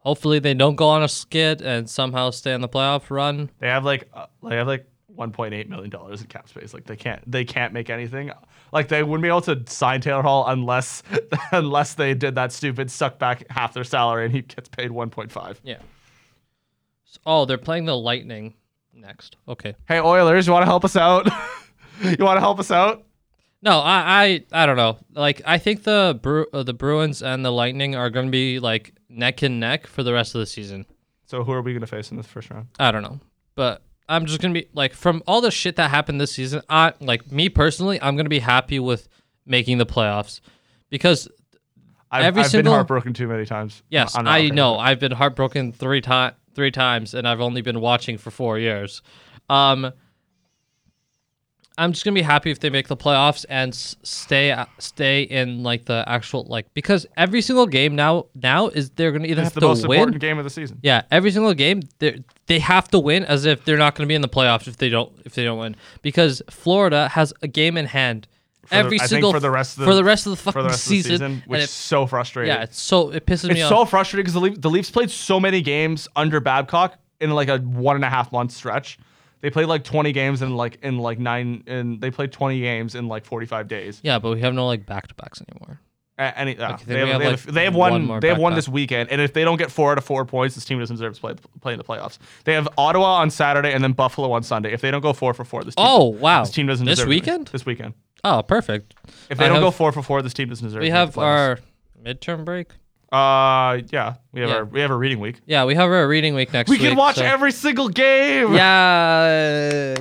S1: hopefully they don't go on a skid and somehow stay on the playoff run.
S2: They have like uh, they have like 1.8 million dollars in cap space. Like they can't they can't make anything. Like they wouldn't be able to sign Taylor Hall unless unless they did that stupid suck back half their salary and he gets paid 1.5.
S1: Yeah. S- Oh, they're playing the Lightning next. Okay.
S2: Hey Oilers, you want to help us out? you want to help us out?
S1: No, I, I I don't know. Like I think the Bru- uh, the Bruins and the Lightning are going to be like neck and neck for the rest of the season.
S2: So who are we gonna face in this first round?
S1: I don't know, but I'm just gonna be like from all the shit that happened this season. I like me personally, I'm gonna be happy with making the playoffs because
S2: I've,
S1: Every
S2: I've
S1: single-
S2: been heartbroken too many times.
S1: yes,
S2: I'm not
S1: I
S2: okay.
S1: know I've been heartbroken three time three times, and I've only been watching for four years. Um, I'm just gonna be happy if they make the playoffs and s- stay uh, stay in like the actual like because every single game now now is they're gonna either
S2: It's
S1: have
S2: the
S1: to
S2: most
S1: win
S2: important game of the season.
S1: Yeah, every single game they they have to win as if they're not going to be in the playoffs if they don't if they don't win because Florida has a game in hand
S2: the-
S1: every
S2: I think
S1: single
S2: for the rest of the-
S1: for the rest of the fucking
S2: For the rest
S1: season,
S2: of the season, which
S1: and
S2: is
S1: it,
S2: so frustrating.
S1: yeah, it's so it pisses me
S2: It's so
S1: off.
S2: frustrating because the, Leaf, the Leafs played so many games under Babcock in like a one and a half month stretch. They played like 20 games in like in like nine, and they played 20 games in like 45 days.
S1: Yeah, but we have no like back to backs anymore.
S2: A- Any, uh,
S1: think
S2: they,
S1: we have,
S2: have, they, have,
S1: like,
S2: they have
S1: one
S2: won.
S1: more
S2: they have won
S1: back-to-back.
S2: this weekend, and if they don't get four out of four points, this team doesn't deserve to play play in the playoffs. They have Ottawa on Saturday and then Buffalo on Sunday. If they don't go four for four, this team,
S1: Oh wow,
S2: this team doesn't
S1: this
S2: deserve to be-
S1: weekend.
S2: This weekend,
S1: Oh, perfect.
S2: if they
S1: I
S2: don't go
S1: have-
S2: four for four, this team doesn't deserve.
S1: we
S2: to be in
S1: have
S2: the playoffs.
S1: our midterm break.
S2: Uh, yeah, we have
S1: Yeah.
S2: our we have our reading week.
S1: Yeah, we have our reading week next
S2: We
S1: week.
S2: can watch
S1: so-
S2: every single game.
S1: Yeah,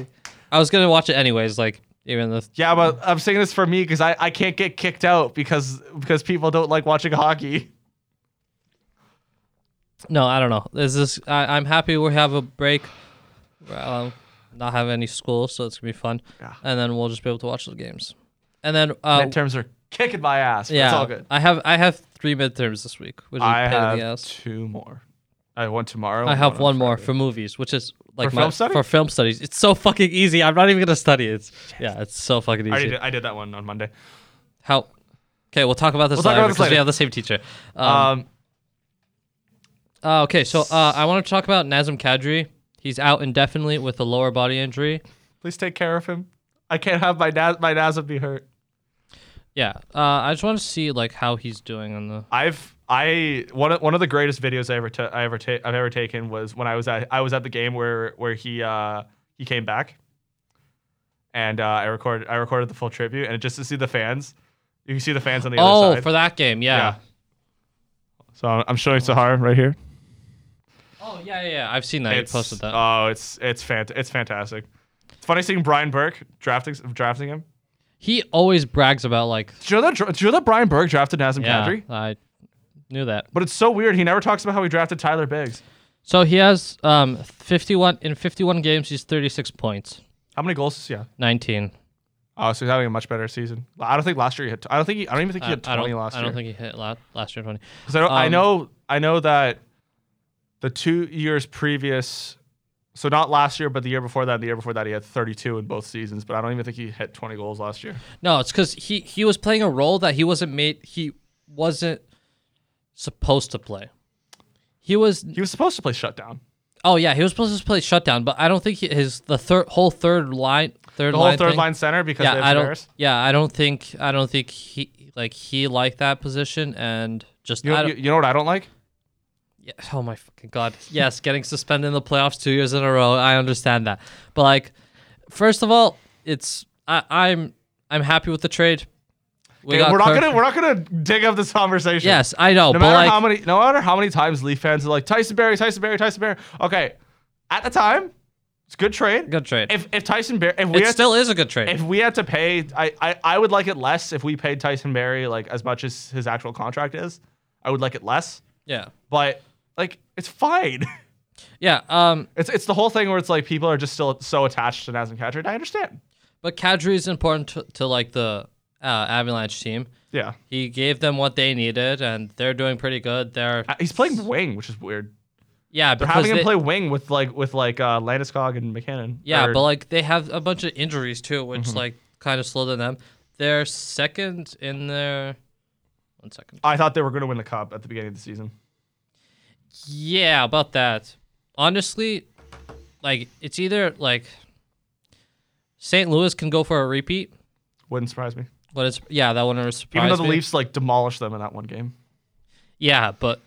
S1: I was gonna watch it anyways. Like even the
S2: Yeah, but I'm saying this for me because I, I can't get kicked out because because people don't like watching hockey.
S1: No, I don't know. This is I, I'm happy we have a break. Um, not have any school, so it's gonna be fun.
S2: Yeah.
S1: And then we'll just be able to watch the games. And then uh,
S2: Midterms are kicking my ass. But
S1: yeah,
S2: it's all good.
S1: I have I have three midterms this week, which is a
S2: I
S1: pain in
S2: have
S1: the ass.
S2: two more. I have one tomorrow.
S1: I
S2: and
S1: have
S2: on
S1: one more
S2: Friday.
S1: for movies, which is like
S2: For
S1: my
S2: film study?
S1: for film studies. It's so fucking easy. I'm not even gonna study it. Yeah, it's so fucking
S2: I already
S1: easy.
S2: did, I did that one on Monday.
S1: How? Okay, we'll talk about this
S2: We'll talk
S1: later
S2: about this
S1: because we
S2: later.
S1: have the same teacher. Um,
S2: Um,
S1: Uh, okay, so uh, I want to talk about Nazem Kadri. He's out indefinitely with a lower body injury.
S2: please take care of him. I can't have my Naz my Nazem be hurt.
S1: Yeah, uh, I just want to see like how he's doing on the.
S2: I've I one of, one of the greatest videos I ever ta- I ever ta- I've ever taken was when I was at I was at the game where where he uh he came back, and uh, I recorded I recorded the full tribute and just to see the fans, you can see the fans on the
S1: Oh,
S2: other side.
S1: for that game, yeah.
S2: So I'm I'm showing Sahar right here.
S1: Oh yeah, yeah, yeah. I've seen that.
S2: It's-
S1: you posted that.
S2: Oh, it's it's fant- it's fantastic. It's funny seeing Brian Burke drafting drafting him.
S1: he always brags about like.
S2: Do you know that, do you know that Brian Burke drafted Nazem
S1: Yeah,
S2: Kadri?
S1: I knew that.
S2: But it's so weird. He never talks about how he drafted Tyler Biggs.
S1: So he has um 51 in 51 games. He's 36 points,
S2: How many goals does he have?
S1: 19.
S2: Oh, so he's having a much better season. I don't think last year he had. I don't think. He, I don't even think he
S1: I,
S2: had
S1: I don't.
S2: twenty last
S1: I don't
S2: year.
S1: think he hit la- last year 20.
S2: 'Cause I, don't, I
S1: um,
S2: know. I know that the two years previous, so not last year, but the year before that, and the year before that, he had thirty-two in both seasons. But I don't even think he hit twenty goals last year.
S1: No, it's because he he was playing a role that he wasn't made. He wasn't supposed to play. He was
S2: He was supposed to play shutdown.
S1: Oh yeah, he was supposed to play shutdown, but I don't think he, his the third whole third line third
S2: The whole
S1: line
S2: third
S1: thing-
S2: line center because they
S1: Yeah,
S2: have
S1: I
S2: Tavares.
S1: don't. Yeah, I don't think I don't think he like he liked that position and just
S2: You,
S1: I
S2: know-
S1: don't,
S2: you, you know what I don't like?
S1: yeah, oh my fucking god. Yes, getting suspended in the playoffs two years in a row. I understand that, but like first of all, it's I, I'm I'm happy with the trade. We
S2: Okay,
S1: got
S2: we're not
S1: Kirk-
S2: gonna we're not gonna dig up this conversation.
S1: Yes, I know,
S2: No
S1: but
S2: matter
S1: like
S2: how many, no matter how many times Leaf fans are like Tyson Berry, Tyson Berry, Tyson Berry. Okay, at the time, it's a good trade.
S1: good trade.
S2: If if Tyson Berry, if we
S1: it
S2: had
S1: still is a good trade.
S2: if we had to pay, I, I, I would like it less if we paid Tyson Berry like as much as his actual contract is. I would like it less,
S1: yeah,
S2: but like it's fine.
S1: yeah. Um,
S2: it's it's the whole thing where it's like people are just still so attached to Nazem Kadri. and I understand.
S1: But Kadri is important to, to like the uh, Avalanche team.
S2: Yeah,
S1: He gave them what they needed, and they're doing pretty good. They're
S2: Uh, he's playing wing, which is weird.
S1: yeah,
S2: They're
S1: because
S2: having him
S1: they-
S2: play wing with like with like uh, Landeskog and McKinnon.
S1: yeah,
S2: Or-
S1: but like they have a bunch of injuries too, which
S2: Mm-hmm.
S1: like kind of slowed them. They're second in their one second.
S2: I thought they were going to win the cup at the beginning of the season.
S1: Yeah, about that. Honestly, like it's either like St. Louis can go for a repeat,
S2: Wouldn't surprise me.
S1: but it's yeah that one was
S2: Even though the Leafs like demolished them in that one game.
S1: Yeah, but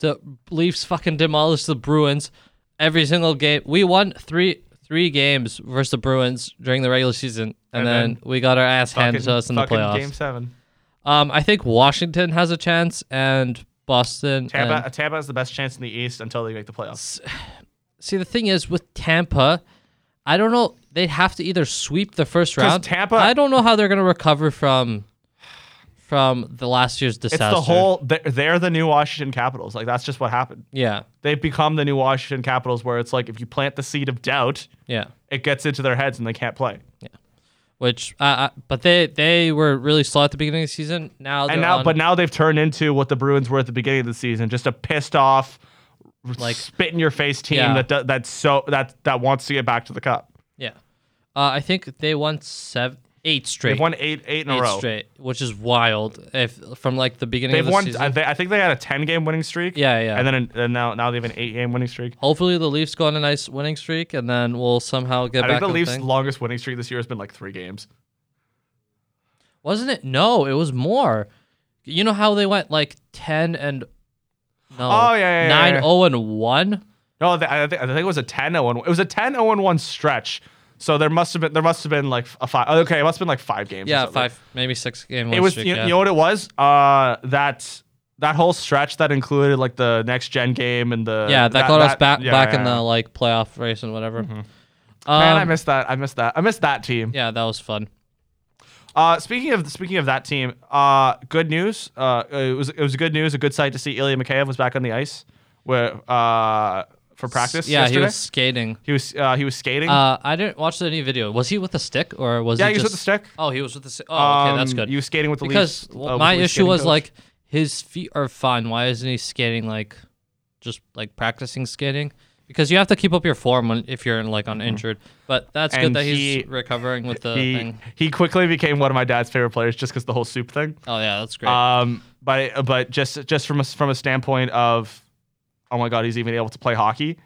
S1: the Leafs fucking demolished the Bruins every single game. We won three three games versus the Bruins during the regular season, and,
S2: And
S1: then,
S2: then
S1: we got our ass handed
S2: Fucking-
S1: to us in the
S2: fucking
S1: playoffs.
S2: Game seven.
S1: Um, I think Washington has a chance, and Boston.
S2: Tampa
S1: and-
S2: Tampa has the best chance in the East until they make the playoffs.
S1: see, the thing is with Tampa, I don't know. They'd have to either sweep the first round.
S2: Tampa-
S1: I don't know how they're gonna recover from from the last year's
S2: It's
S1: disaster.
S2: the whole. They're, they're the new Washington Capitals. Like that's just what happened.
S1: Yeah,
S2: They've become the new Washington Capitals, where it's like if you plant the seed of doubt,
S1: yeah.
S2: it gets into their heads and they can't play.
S1: Which, uh, uh, but they they were really slow at the beginning of the season. Now
S2: and
S1: they're
S2: now,
S1: on-
S2: but now they've turned into what the Bruins were at the beginning of the season, just a pissed off,
S1: Like-
S2: like spit in your face team
S1: Yeah.
S2: that that that's so that that wants to get back to the cup.
S1: yeah, uh, I think they won seven, eight straight,
S2: They've won eight eight in a
S1: eight
S2: row.
S1: straight, which is wild. If from like the beginning
S2: They've
S1: of the
S2: won.
S1: season,
S2: I, they, I think they had a ten game winning streak.
S1: Yeah, yeah.
S2: And then an- and now now they have an eight game winning streak.
S1: hopefully the Leafs go on a nice winning streak, and then we'll somehow get
S2: I
S1: back.
S2: think the
S1: on
S2: Leafs'
S1: thing.
S2: longest winning streak this year has been like three games.
S1: Wasn't it? No, it was more. You know how they went like ten and no,
S2: Oh, yeah, yeah, yeah,
S1: nine
S2: yeah.
S1: oh and one.
S2: No, th- I, think, I think it was a 10 0 1. It was a 10 0 1 stretch. So there must have been there must have been like a five. Okay, it must have been like five games. or
S1: Yeah,
S2: something.
S1: five, maybe six game.
S2: It
S1: win
S2: was
S1: streak,
S2: you,
S1: yeah.
S2: you know what it was? Uh, that that whole stretch that included like the next gen game and the
S1: yeah, that, got us back
S2: yeah,
S1: back in
S2: yeah. Mm-hmm.
S1: the like playoff race and whatever.
S2: man. I
S1: Um,
S2: missed that. I missed that. I missed that team.
S1: yeah, that was fun.
S2: Uh, speaking of speaking of that team, uh, good news. Uh, it was it was good news. A good sight to see Ilya Mikheyev was back on the ice, where uh for practice.
S1: Yeah,
S2: yesterday.
S1: he was skating.
S2: he was uh, he was skating.
S1: Uh, I didn't watch any video. Was he with a stick or was
S2: yeah,
S1: he
S2: he was
S1: just?
S2: with the stick.
S1: Oh, he was with the stick. Oh, okay, that's
S2: Um,
S1: good.
S2: You were skating with the
S1: because
S2: Leafs, uh, with
S1: my
S2: the Leafs
S1: issue
S2: skating
S1: was
S2: coach.
S1: like his feet are fine. Why isn't he skating like just like practicing skating? Because you have to keep up your form when, if you're like on injured. But that's good
S2: Mm-hmm. And
S1: that he's
S2: he-
S1: recovering with the
S2: he
S1: thing.
S2: he quickly became one of my dad's favorite players just because the whole soup thing.
S1: Oh yeah, that's great.
S2: Um, but but just just from a, from a standpoint of, oh my god, he's even able to play hockey.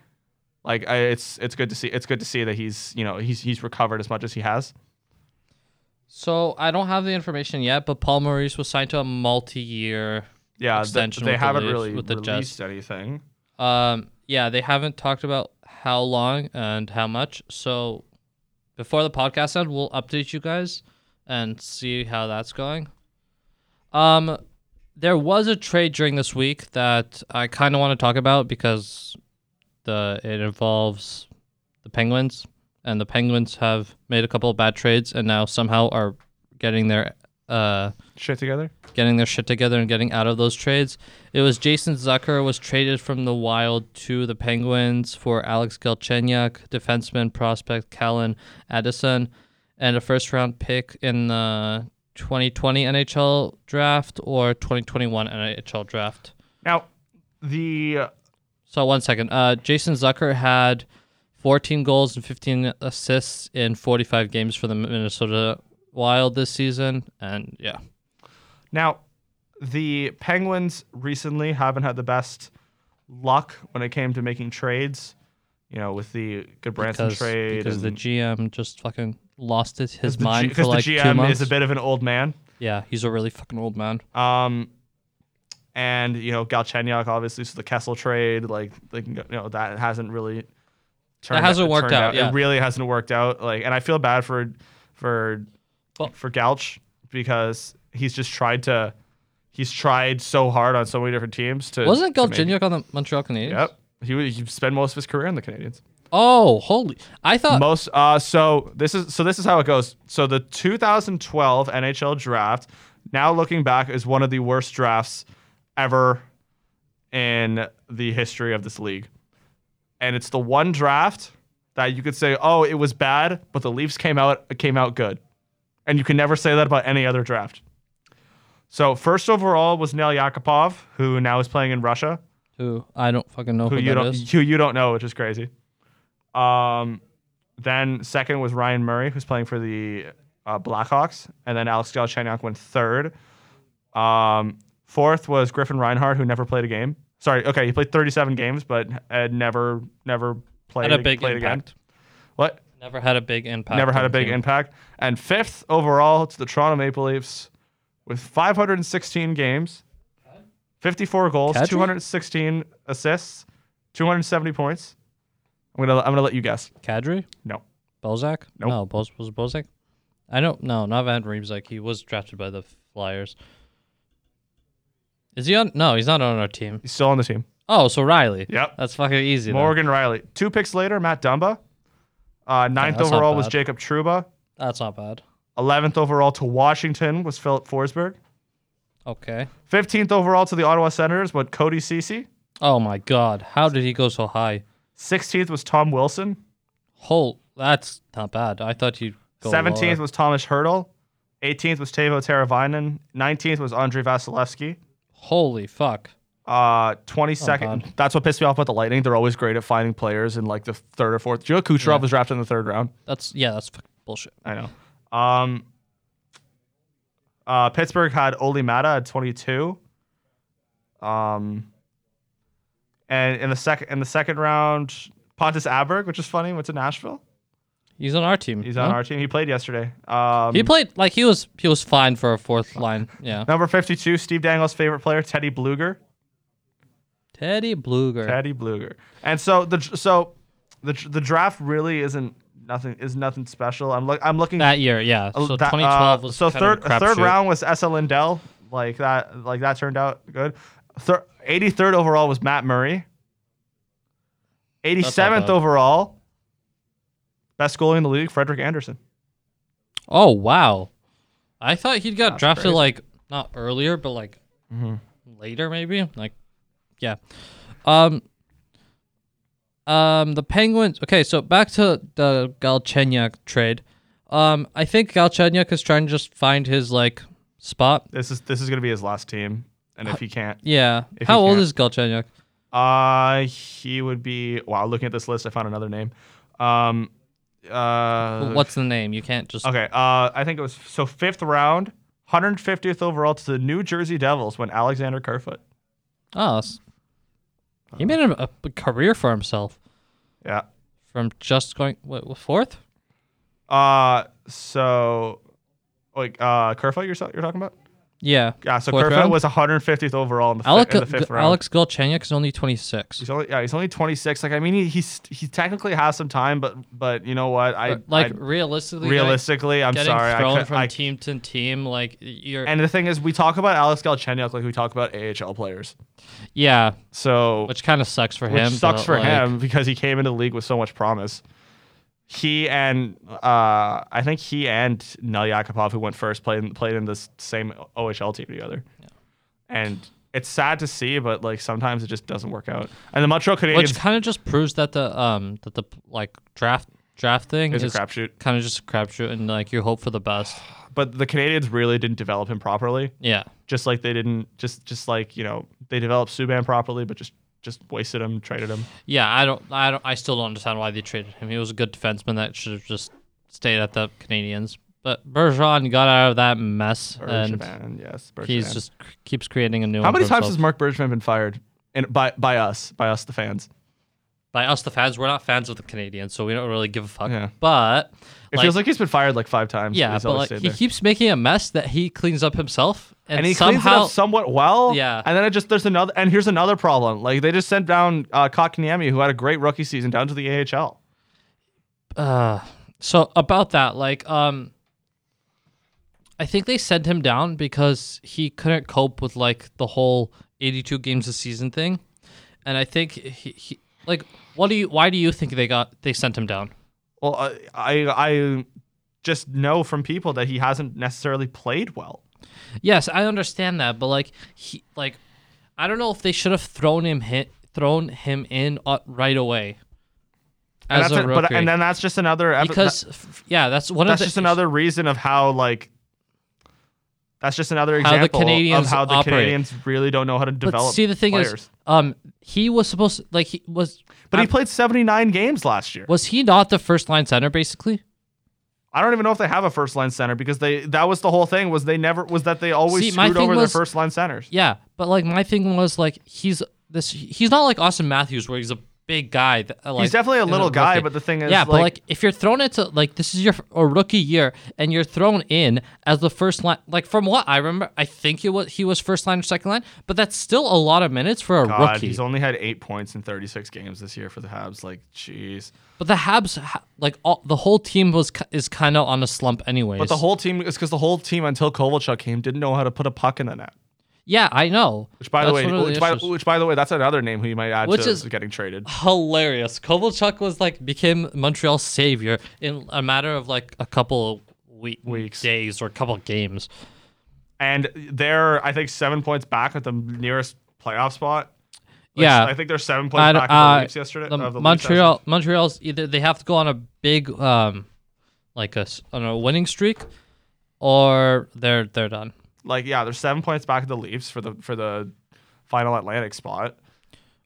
S2: Like I, it's it's good to see it's good to see that he's you know he's he's recovered as much as he has.
S1: so I don't have the information yet, but Paul Maurice was signed to a multi-year.
S2: Yeah, th-
S1: Extension
S2: they
S1: with the
S2: haven't
S1: Leafs-
S2: really
S1: with the Jets.
S2: released anything.
S1: Um, yeah, they haven't talked about how long and how much. So before the podcast end, we'll update you guys and see how that's going. Um, there was a trade during this week that I kind of want to talk about because the it involves the Penguins, and the Penguins have made a couple of bad trades and now somehow are getting their uh
S2: Shit together.
S1: getting their shit together and getting out of those trades. It was Jason Zucker was traded from the Wild to the Penguins for Alex Galchenyuk, defenseman prospect Callan Addison, and a first round pick in the 2020 NHL draft or 2021 NHL draft.
S2: Now the
S1: So one second. Uh, Jason Zucker had 14 goals and 15 assists in 45 games for the Minnesota Wild this season, and yeah.
S2: now the Penguins recently haven't had the best luck when it came to making trades. You know, with the Goodbranson
S1: because,
S2: trade
S1: because
S2: and
S1: the GM just fucking lost his, his
S2: the G-
S1: mind for
S2: the
S1: like
S2: GM
S1: two months.
S2: is a bit of an old man.
S1: yeah, he's a really fucking old man.
S2: Um, and you know Galchenyuk, obviously, so the Kessel trade, like, like you know, that hasn't really turned.
S1: hasn't worked
S2: turned
S1: out, yeah.
S2: It really hasn't worked out. Like, and I feel bad for for
S1: Well-
S2: for Galch because he's just tried to he's tried so hard on so many different teams to
S1: Wasn't
S2: to make-
S1: Galchenyuk on the Montreal Canadiens?
S2: Yep. He would- he spent most of his career in the Canadians.
S1: Oh, holy! I thought
S2: Most uh so this is so this is how it goes. So the 2012 NHL draft, now looking back, is one of the worst drafts ever in the history of this league. And it's the one draft that you could say, "Oh, it was bad, but the Leafs came out came out good." And you can never say that about any other draft. So first overall was Neil Yakupov, who now is playing in Russia
S1: who I don't fucking know
S2: who
S1: who,
S2: you
S1: that
S2: don't
S1: is.
S2: who you don't know, which is crazy. Um, then second was Ryan Murray, who's playing for the uh, Blackhawks, and then Alex Galchenyuk went third. Um, fourth was Griffin Reinhardt, who never played a game. Sorry, okay, he played 37 games, but had never never played
S1: Had a big
S2: played
S1: impact.
S2: again. What?
S1: Never had a big impact.
S2: never
S1: on
S2: had a
S1: the
S2: big
S1: team.
S2: impact. And fifth overall to the Toronto Maple Leafs with 516 games, 54 goals,
S1: Kadri?
S2: 216 assists, 270 points. I'm gonna I'm gonna let you guess.
S1: Kadri,
S2: No,
S1: Bozak.
S2: Nope.
S1: No, Boz was it Bozak. I don't. No, not Van Riemsdyk. He was drafted by the Flyers. Is he on? No, he's not on our team.
S2: he's still on the team.
S1: Oh, so Riley.
S2: Yep.
S1: That's fucking easy. then.
S2: Morgan Riley. Two picks later, Matt Dumba. Uh, ninth
S1: that's not
S2: overall was
S1: bad.
S2: Jacob Truba.
S1: That's not bad.
S2: 11th overall to Washington was Philip Forsberg.
S1: Okay.
S2: 15th overall to the Ottawa Senators was Cody Ceci.
S1: Oh my God. How did he go so high?
S2: 16th was Tom Wilson.
S1: Whole. That's not bad. I thought you'd go
S2: 17th
S1: lower.
S2: was Thomas Hurdle. 18th was Tavo Teravainen. 19th was Andre Vasilevsky.
S1: Holy fuck.
S2: Uh, 22nd.
S1: Oh, God.
S2: That's what pissed me off about the Lightning. They're always great at finding players in like the third or fourth. Joe Kucherov
S1: Yeah.
S2: was drafted in the third round.
S1: That's yeah. That's fucking bullshit.
S2: I know. Um, uh, Pittsburgh had Ole Mata at 22. Um, and in the second in the second round, Pontus Aberg, which is funny, went to Nashville.
S1: He's on our team.
S2: He's on
S1: no?
S2: our team. He played yesterday. Um,
S1: He played like he was. He was fine for a fourth line. Yeah.
S2: number 52, Steve Dangle's favorite player, Teddy Bluger.
S1: Teddy Bluger.
S2: Teddy Bluger. And so the so the the draft really isn't nothing is nothing special. I'm look I'm looking
S1: That year, yeah. So
S2: Uh, that-
S1: 2012
S2: uh,
S1: was
S2: so
S1: kind
S2: third
S1: of a crapshoot.
S2: third round was SL Lindell like that like that turned out good. Thir- 83rd overall was Matt Murray. 87th
S1: bad.
S2: overall, best goalie in the league, Frederick Anderson.
S1: Oh wow, I thought he'd got drafted
S2: crazy. Mm-hmm.
S1: like not earlier, but like later maybe. Like, yeah. Um. Um. The Penguins. Okay, so back to the Galchenyuk trade. Um. I think Galchenyuk is trying to just find his like spot.
S2: This is this is gonna be his last team, and if he can't,
S1: Yeah.
S2: If
S1: How
S2: he
S1: old
S2: can.
S1: is Galchenyuk?
S2: uh, he would be. Wow, looking at this list, I found another name. Um, uh,
S1: What's the name? You can't just.
S2: Okay, uh, I think it was so fifth round, 150th overall to the New Jersey Devils when Alexander Kerfoot.
S1: Oh. that's- He
S2: Uh.
S1: made a, a career for himself
S2: Yeah.
S1: from just going what, what, fourth.
S2: Uh, so like uh, Kerfoot, you're so- you're talking about?
S1: Yeah.
S2: Yeah. So
S1: Fourth
S2: Kerfoot
S1: round?
S2: was 150th overall in the, fi-
S1: Alec,
S2: in the fifth
S1: G-
S2: round.
S1: Alex Galchenyuk is only 26.
S2: He's only yeah, he's only 26. Like I mean, he he's, he technically has some time, but but you know what? I
S1: But, like
S2: I-
S1: realistically,
S2: realistically, I'm
S1: getting, getting
S2: sorry. I
S1: thrown
S2: could-
S1: from
S2: I-
S1: team to team, like you're,
S2: and the thing is, we talk about Alex Galchenyuk like we talk about AHL players.
S1: yeah,
S2: So
S1: which kind of sucks for
S2: which
S1: him.
S2: sucks
S1: but,
S2: for
S1: like,
S2: him because he came into the league with so much promise. He and uh, I think he and Nel Yakupov, who went first, played in, played in this same OHL team together. And it's sad to see, but like sometimes it just doesn't work out. And the Montreal
S1: Which
S2: Canadiens
S1: kind of just proves that the um that the like draft draft thing
S2: is a
S1: is
S2: crapshoot,
S1: kind of just a crapshoot, and like you hope for the best.
S2: but the Canadians really didn't develop him properly.
S1: Yeah,
S2: Just like they didn't, just just like you know, they developed Subban properly, but just just wasted him, traded him.
S1: yeah. I don't, I don't, I still don't understand why they traded him. He was a good defenseman that should have just stayed at the Canadians. But Bergeron got out of that mess, and
S2: Bergevin, yes,
S1: he's
S2: Bergevin.
S1: just keeps creating a new.
S2: How
S1: one
S2: many
S1: for
S2: times
S1: himself.
S2: has Mark Bergevin been fired? And by by us, by us the fans.
S1: by us the fans we're not fans of the canadians so we don't really give a fuck
S2: Yeah.
S1: but
S2: It feels like he's been fired like five times.
S1: yeah
S2: he's
S1: but
S2: always
S1: like
S2: stayed
S1: he
S2: there.
S1: keeps making a mess that he cleans up himself and,
S2: and he cleans it
S1: somehow
S2: up somewhat well.
S1: Yeah.
S2: And then it just there's another and here's another problem. Like they just sent down uh, Kotkaniemi, who had a great rookie season, down to the AHL.
S1: uh, so about that like um i think they sent him down because he couldn't cope with like the whole 82 games a season thing and i think he, he like what do you why do you think they got they sent him down
S2: Well, I, I I just know from people that he hasn't necessarily played well.
S1: Yes, I understand that, but like he like I don't know if they should have thrown him hit thrown him in uh, right away
S2: And
S1: as
S2: that's
S1: a
S2: it,
S1: rookie.
S2: but and then that's just another ev-
S1: because f- yeah, that's one
S2: that- that's
S1: of the
S2: just another reason of how like that's just another
S1: How the
S2: example
S1: Canadians
S2: of how the
S1: operate.
S2: Canadians really don't know how to
S1: but
S2: develop.
S1: see the thing
S2: players.
S1: is um he was supposed to, like he was
S2: but he
S1: I'm-
S2: played 79 games last year.
S1: was he not the first line center basically?
S2: I don't even know if they have a first line center because they that was the whole thing was they never was that they always
S1: See, my
S2: screwed
S1: thing
S2: over
S1: was-
S2: their first line centers.
S1: Yeah, but like my thing was like he's this he's not like Austin Matthews where he's a big guy. That, uh, like,
S2: He's definitely a
S1: is
S2: little guy,
S1: rookie.
S2: but the thing is,
S1: yeah, but
S2: like-
S1: like if you're thrown into like this is your f- a rookie year and you're thrown in as the first line, like from what I remember, I think it was he was first line or second line, but that's still a lot of minutes for a
S2: God,
S1: rookie.
S2: he's only had eight points in 36 games this year for the Habs. Like, jeez.
S1: but the Habs, ha- like all, the whole team was ki- is kind of on a slump anyways.
S2: But the whole team is because the whole team until Kovalchuk came didn't know how to put a puck in the net.
S1: Yeah, I know.
S2: Which by the
S1: That's
S2: way,
S1: one of the
S2: which by,
S1: issues.
S2: which by the way, that's another name who you might add
S1: Which
S2: to
S1: is-
S2: getting traded.
S1: hilarious. Kovalchuk was like became Montreal's savior in a matter of like a couple we-
S2: Weeks.
S1: days, or a couple games.
S2: And they're I think seven points back at the nearest playoff spot. Like,
S1: yeah,
S2: I think they're seven points
S1: I d-
S2: back from
S1: uh,
S2: the Leafs yesterday.
S1: the
S2: of the Leafs,
S1: Montreal Montreal's either they have to go on a big um like a s- on a winning streak, or they're they're done.
S2: like yeah, they're seven points back at the Leafs for the for the final Atlantic spot.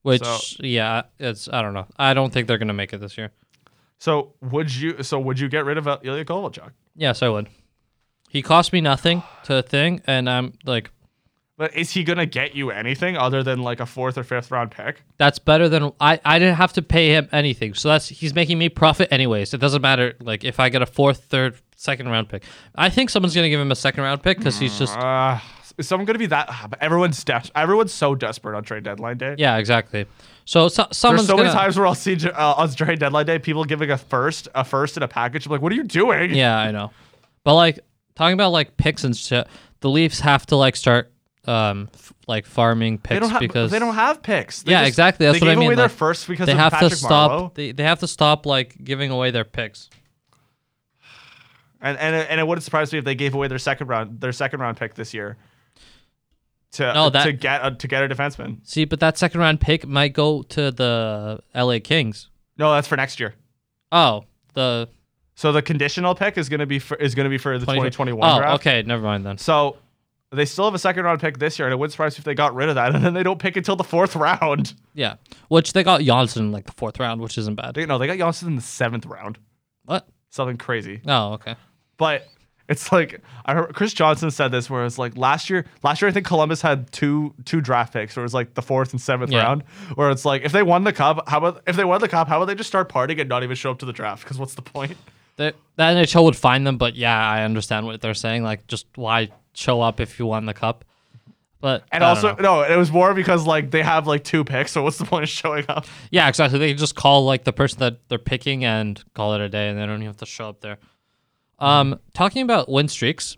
S1: Which
S2: So-
S1: yeah, it's I don't know. I don't think they're gonna make it this year.
S2: So would you? So would you get rid of uh, Ilya Kovalchuk?
S1: Yes, I would. He cost me nothing to a thing, and I'm like
S2: But is he gonna get you anything other than like a fourth or fifth round pick?
S1: that's better than I, I didn't have to pay him anything. So that's he's making me profit anyways. It doesn't matter like if I get a fourth, third, second round pick. I think someone's gonna give him a second round pick because he's just
S2: Uh, is someone gonna be that? ah, But everyone's des- Everyone's so desperate on trade deadline day.
S1: yeah, exactly. So, so
S2: There's
S1: someone's
S2: so many
S1: gonna-
S2: times where I'll see uh, on trade deadline day people giving a first, a first, and a package. I'm like, what are you doing?
S1: Yeah, I know. But like talking about like picks and shit, the Leafs have to like start um f- like farming picks
S2: They don't have.
S1: because
S2: they don't have picks. They
S1: Yeah,
S2: just-
S1: exactly, that's
S2: they
S1: what I
S2: gave
S1: mean,
S2: away their
S1: like,
S2: first because
S1: they
S2: of
S1: have
S2: Patrick
S1: to stop
S2: Marleau.
S1: they, they have to stop like giving away their picks.
S2: And and and it wouldn't surprise me if they gave away their second round their second round pick this year. To uh,
S1: No, that-
S2: to get a, to get a defenseman.
S1: See, but that second round pick might go to the LA Kings.
S2: No, that's for next year.
S1: Oh, the
S2: So the conditional pick is gonna be for, is gonna be for the 2021
S1: oh,
S2: draft.
S1: okay, never mind then.
S2: So they still have a second round pick this year, and it wouldn't surprise me if they got rid of that, and then they don't pick until the fourth round.
S1: Yeah, which they got Johnson in like the fourth round, which isn't bad.
S2: They, no, they got Johnson in the seventh round.
S1: What?
S2: Something crazy.
S1: Oh, okay.
S2: But it's like I heard Chris Johnson said this, where it's like last year. Last year, I think Columbus had two two draft picks, where it was like the fourth and seventh
S1: Yeah.
S2: round. Where it's like if they won the cup, how about if they won the cup, how about they just start partying and not even show up to the draft? Because what's the point?
S1: The, the NHL would find them, but yeah, I understand what they're saying. Like, just why show up if you won the cup? But
S2: And
S1: I don't
S2: also,
S1: know.
S2: no, it was more because like they have like two picks, so what's the point of showing up?
S1: yeah, exactly. They just call like the person that they're picking and call it a day, and they don't even have to show up there. Um, talking about win streaks,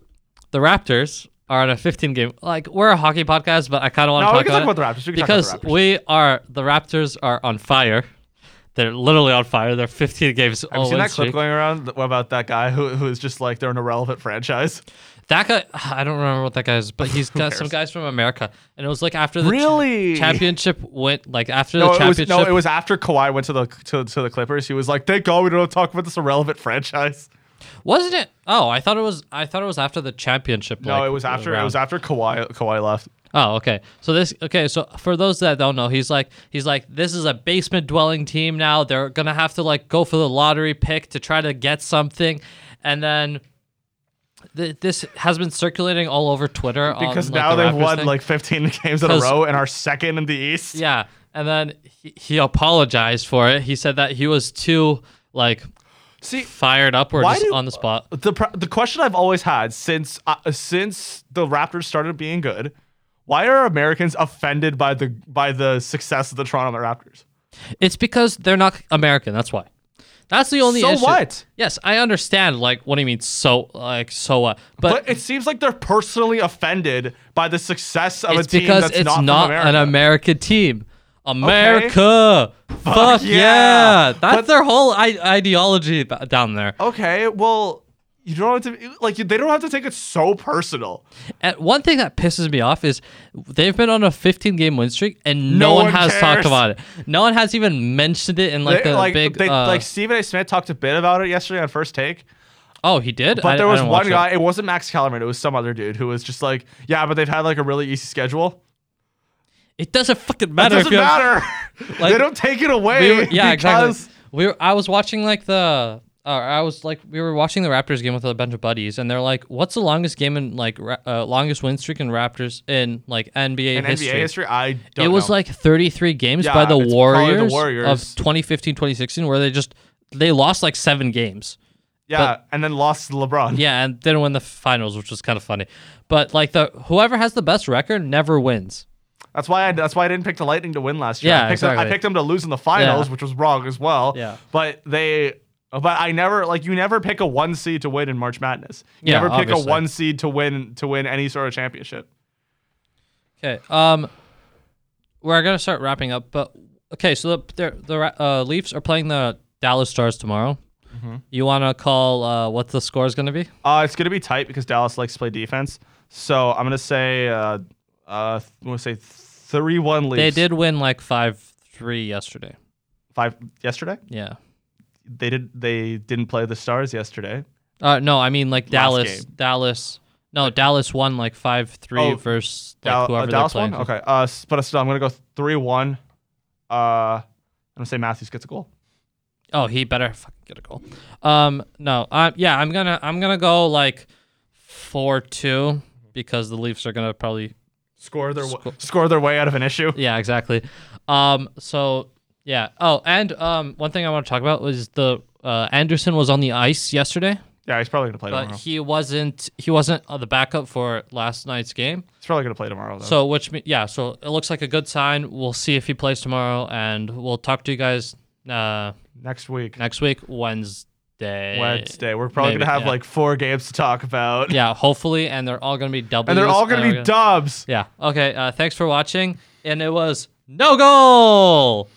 S1: the Raptors are on a 15 game. Like, we're a hockey podcast, but I kind of want
S2: No,
S1: to
S2: we
S1: talk, about, it
S2: can talk about the Raptors. We can talk about
S1: because
S2: the Raptors.
S1: we are the Raptors are on fire. They're literally on fire. They're 15 games.
S2: Have you
S1: all
S2: seen
S1: win
S2: that clip
S1: streak.
S2: going around th- about that guy who who is just like they're an irrelevant franchise?
S1: That guy, I don't remember what that guy is, but he's got some guys from America, and it was like after the ch-
S2: Really?
S1: championship went, like after
S2: No,
S1: the
S2: it was
S1: championship.
S2: no, it was after Kawhi went to the to, to the Clippers. He was like, "Thank God we don't talk about this irrelevant franchise."
S1: wasn't it? Oh, I thought it was. I thought it was after the championship.
S2: No, it was after it was after Kawhi Kawhi left.
S1: Oh, okay. So this okay. So for those that don't know, he's like he's like this is a basement dwelling team now. They're gonna have to like go for the lottery pick to try to get something, and then th- this has been circulating all over Twitter on,
S2: Because
S1: like,
S2: now
S1: the
S2: they've
S1: Raptors
S2: won
S1: thing.
S2: like 15 games in a
S1: 'Cause-
S2: row and are second in the East.
S1: Yeah, and then he, he apologized for it. He said that he was too like
S2: See,
S1: fired up or
S2: Why
S1: just
S2: do-
S1: on the spot.
S2: the pro- the question I've always had since uh, since the Raptors started being good, why are Americans offended by the by the success of the Toronto Raptors?
S1: It's because they're not American. That's why. That's the only
S2: So
S1: issue.
S2: what?
S1: Yes, I understand. Like, what do you mean? So, like, so what? But,
S2: But it seems like they're personally offended by the success of
S1: it's
S2: a team
S1: because
S2: that's
S1: it's
S2: not,
S1: not,
S2: from America.
S1: an American team. America, fuck, yeah.
S2: yeah.
S1: That's
S2: But-
S1: their whole I- ideology ba- down there.
S2: Okay, well, you don't have to like you- they don't have to take it so personal.
S1: And one thing that pisses me off is they've been on a 15 game win streak and no,
S2: No
S1: one,
S2: one
S1: has talked
S2: cares.
S1: about it. No one has even mentioned it in like
S2: They-
S1: a
S2: like
S1: big.
S2: they,
S1: uh,
S2: like Stephen A. Smith talked a bit about it yesterday on First Take.
S1: oh, he did.
S2: But
S1: I-
S2: there
S1: I
S2: was
S1: didn't
S2: one
S1: watch it.
S2: guy, it wasn't Max Kellerman, it was some other dude who was just like, yeah, but they've had like a really easy schedule.
S1: It doesn't fucking
S2: It
S1: matter. if
S2: doesn't
S1: you have-
S2: matter.
S1: Like-
S2: they don't take it
S1: we
S2: away.
S1: were, yeah,
S2: because
S1: exactly. We were, I was watching like the, uh, I was like, we were watching the Raptors game with a bunch of buddies, and they're like, "What's the longest game in like ra- uh, longest win streak in Raptors in like NBA
S2: In
S1: history?"
S2: NBA history, I don't
S1: it was
S2: know.
S1: like 33 games
S2: Yeah,
S1: by the
S2: it's probably the
S1: Warriors, of
S2: Warriors.
S1: 2015 2016, where they just they lost like seven games.
S2: yeah, and then lost to LeBron.
S1: Yeah, and didn't win the finals, which was kind of funny. But like the whoever has the best record never wins.
S2: That's why I that's why I didn't pick the Lightning to win last year.
S1: Yeah,
S2: I picked them,
S1: exactly.
S2: I picked them to lose in the finals,
S1: Yeah.
S2: which was wrong as well.
S1: Yeah.
S2: But they but I never like you never pick a one seed to win in March Madness. You
S1: Yeah,
S2: never pick
S1: obviously.
S2: a one seed to win to win any sort of championship.
S1: Okay. Um, we're gonna start wrapping up, but okay. So the the, the Ra- uh, Leafs are playing the Dallas Stars tomorrow.
S2: Mm-hmm.
S1: You wanna call uh, what the score is gonna be?
S2: Uh, it's going to be tight because Dallas likes to play defense. So I'm going to say, uh, uh, I'm going to say 3 1 Leafs.
S1: They did win like five three yesterday.
S2: Five yesterday?
S1: Yeah.
S2: They, did, they didn't play the Stars yesterday.
S1: Uh, no, I mean like Dallas.
S2: game.
S1: Dallas. No, Dallas won like five three
S2: Oh,
S1: versus like,
S2: Dal- uh,
S1: whoever
S2: Dallas
S1: they're playing.
S2: won? Okay. Uh, s- but still, I'm going to go 3 1. Uh, I'm going to say Matthews gets a goal.
S1: Oh, he better fucking get a goal. Um, no, uh, yeah, I'm gonna I'm gonna go like four two because the Leafs are gonna probably
S2: Score their, w- score their way out of an issue.
S1: yeah exactly. Um, so yeah. Oh, and um, one thing I want to talk about was the uh, Anderson was on the ice yesterday,
S2: Yeah, he's probably going to play
S1: but
S2: tomorrow.
S1: he wasn't he wasn't uh, the backup for last night's game.
S2: He's probably going to play tomorrow, though.
S1: So which me- yeah, so it looks like a good sign. We'll see if he plays tomorrow, and we'll talk to you guys uh,
S2: Next week,
S1: next week Wednesday.
S2: Wednesday, we're probably
S1: maybe,
S2: going to have
S1: yeah.
S2: like four games to talk about.
S1: Yeah, hopefully, and they're all gonna be double.
S2: And they're all going to be dubs.
S1: Yeah. Okay. Uh, thanks for watching. And it was no goal.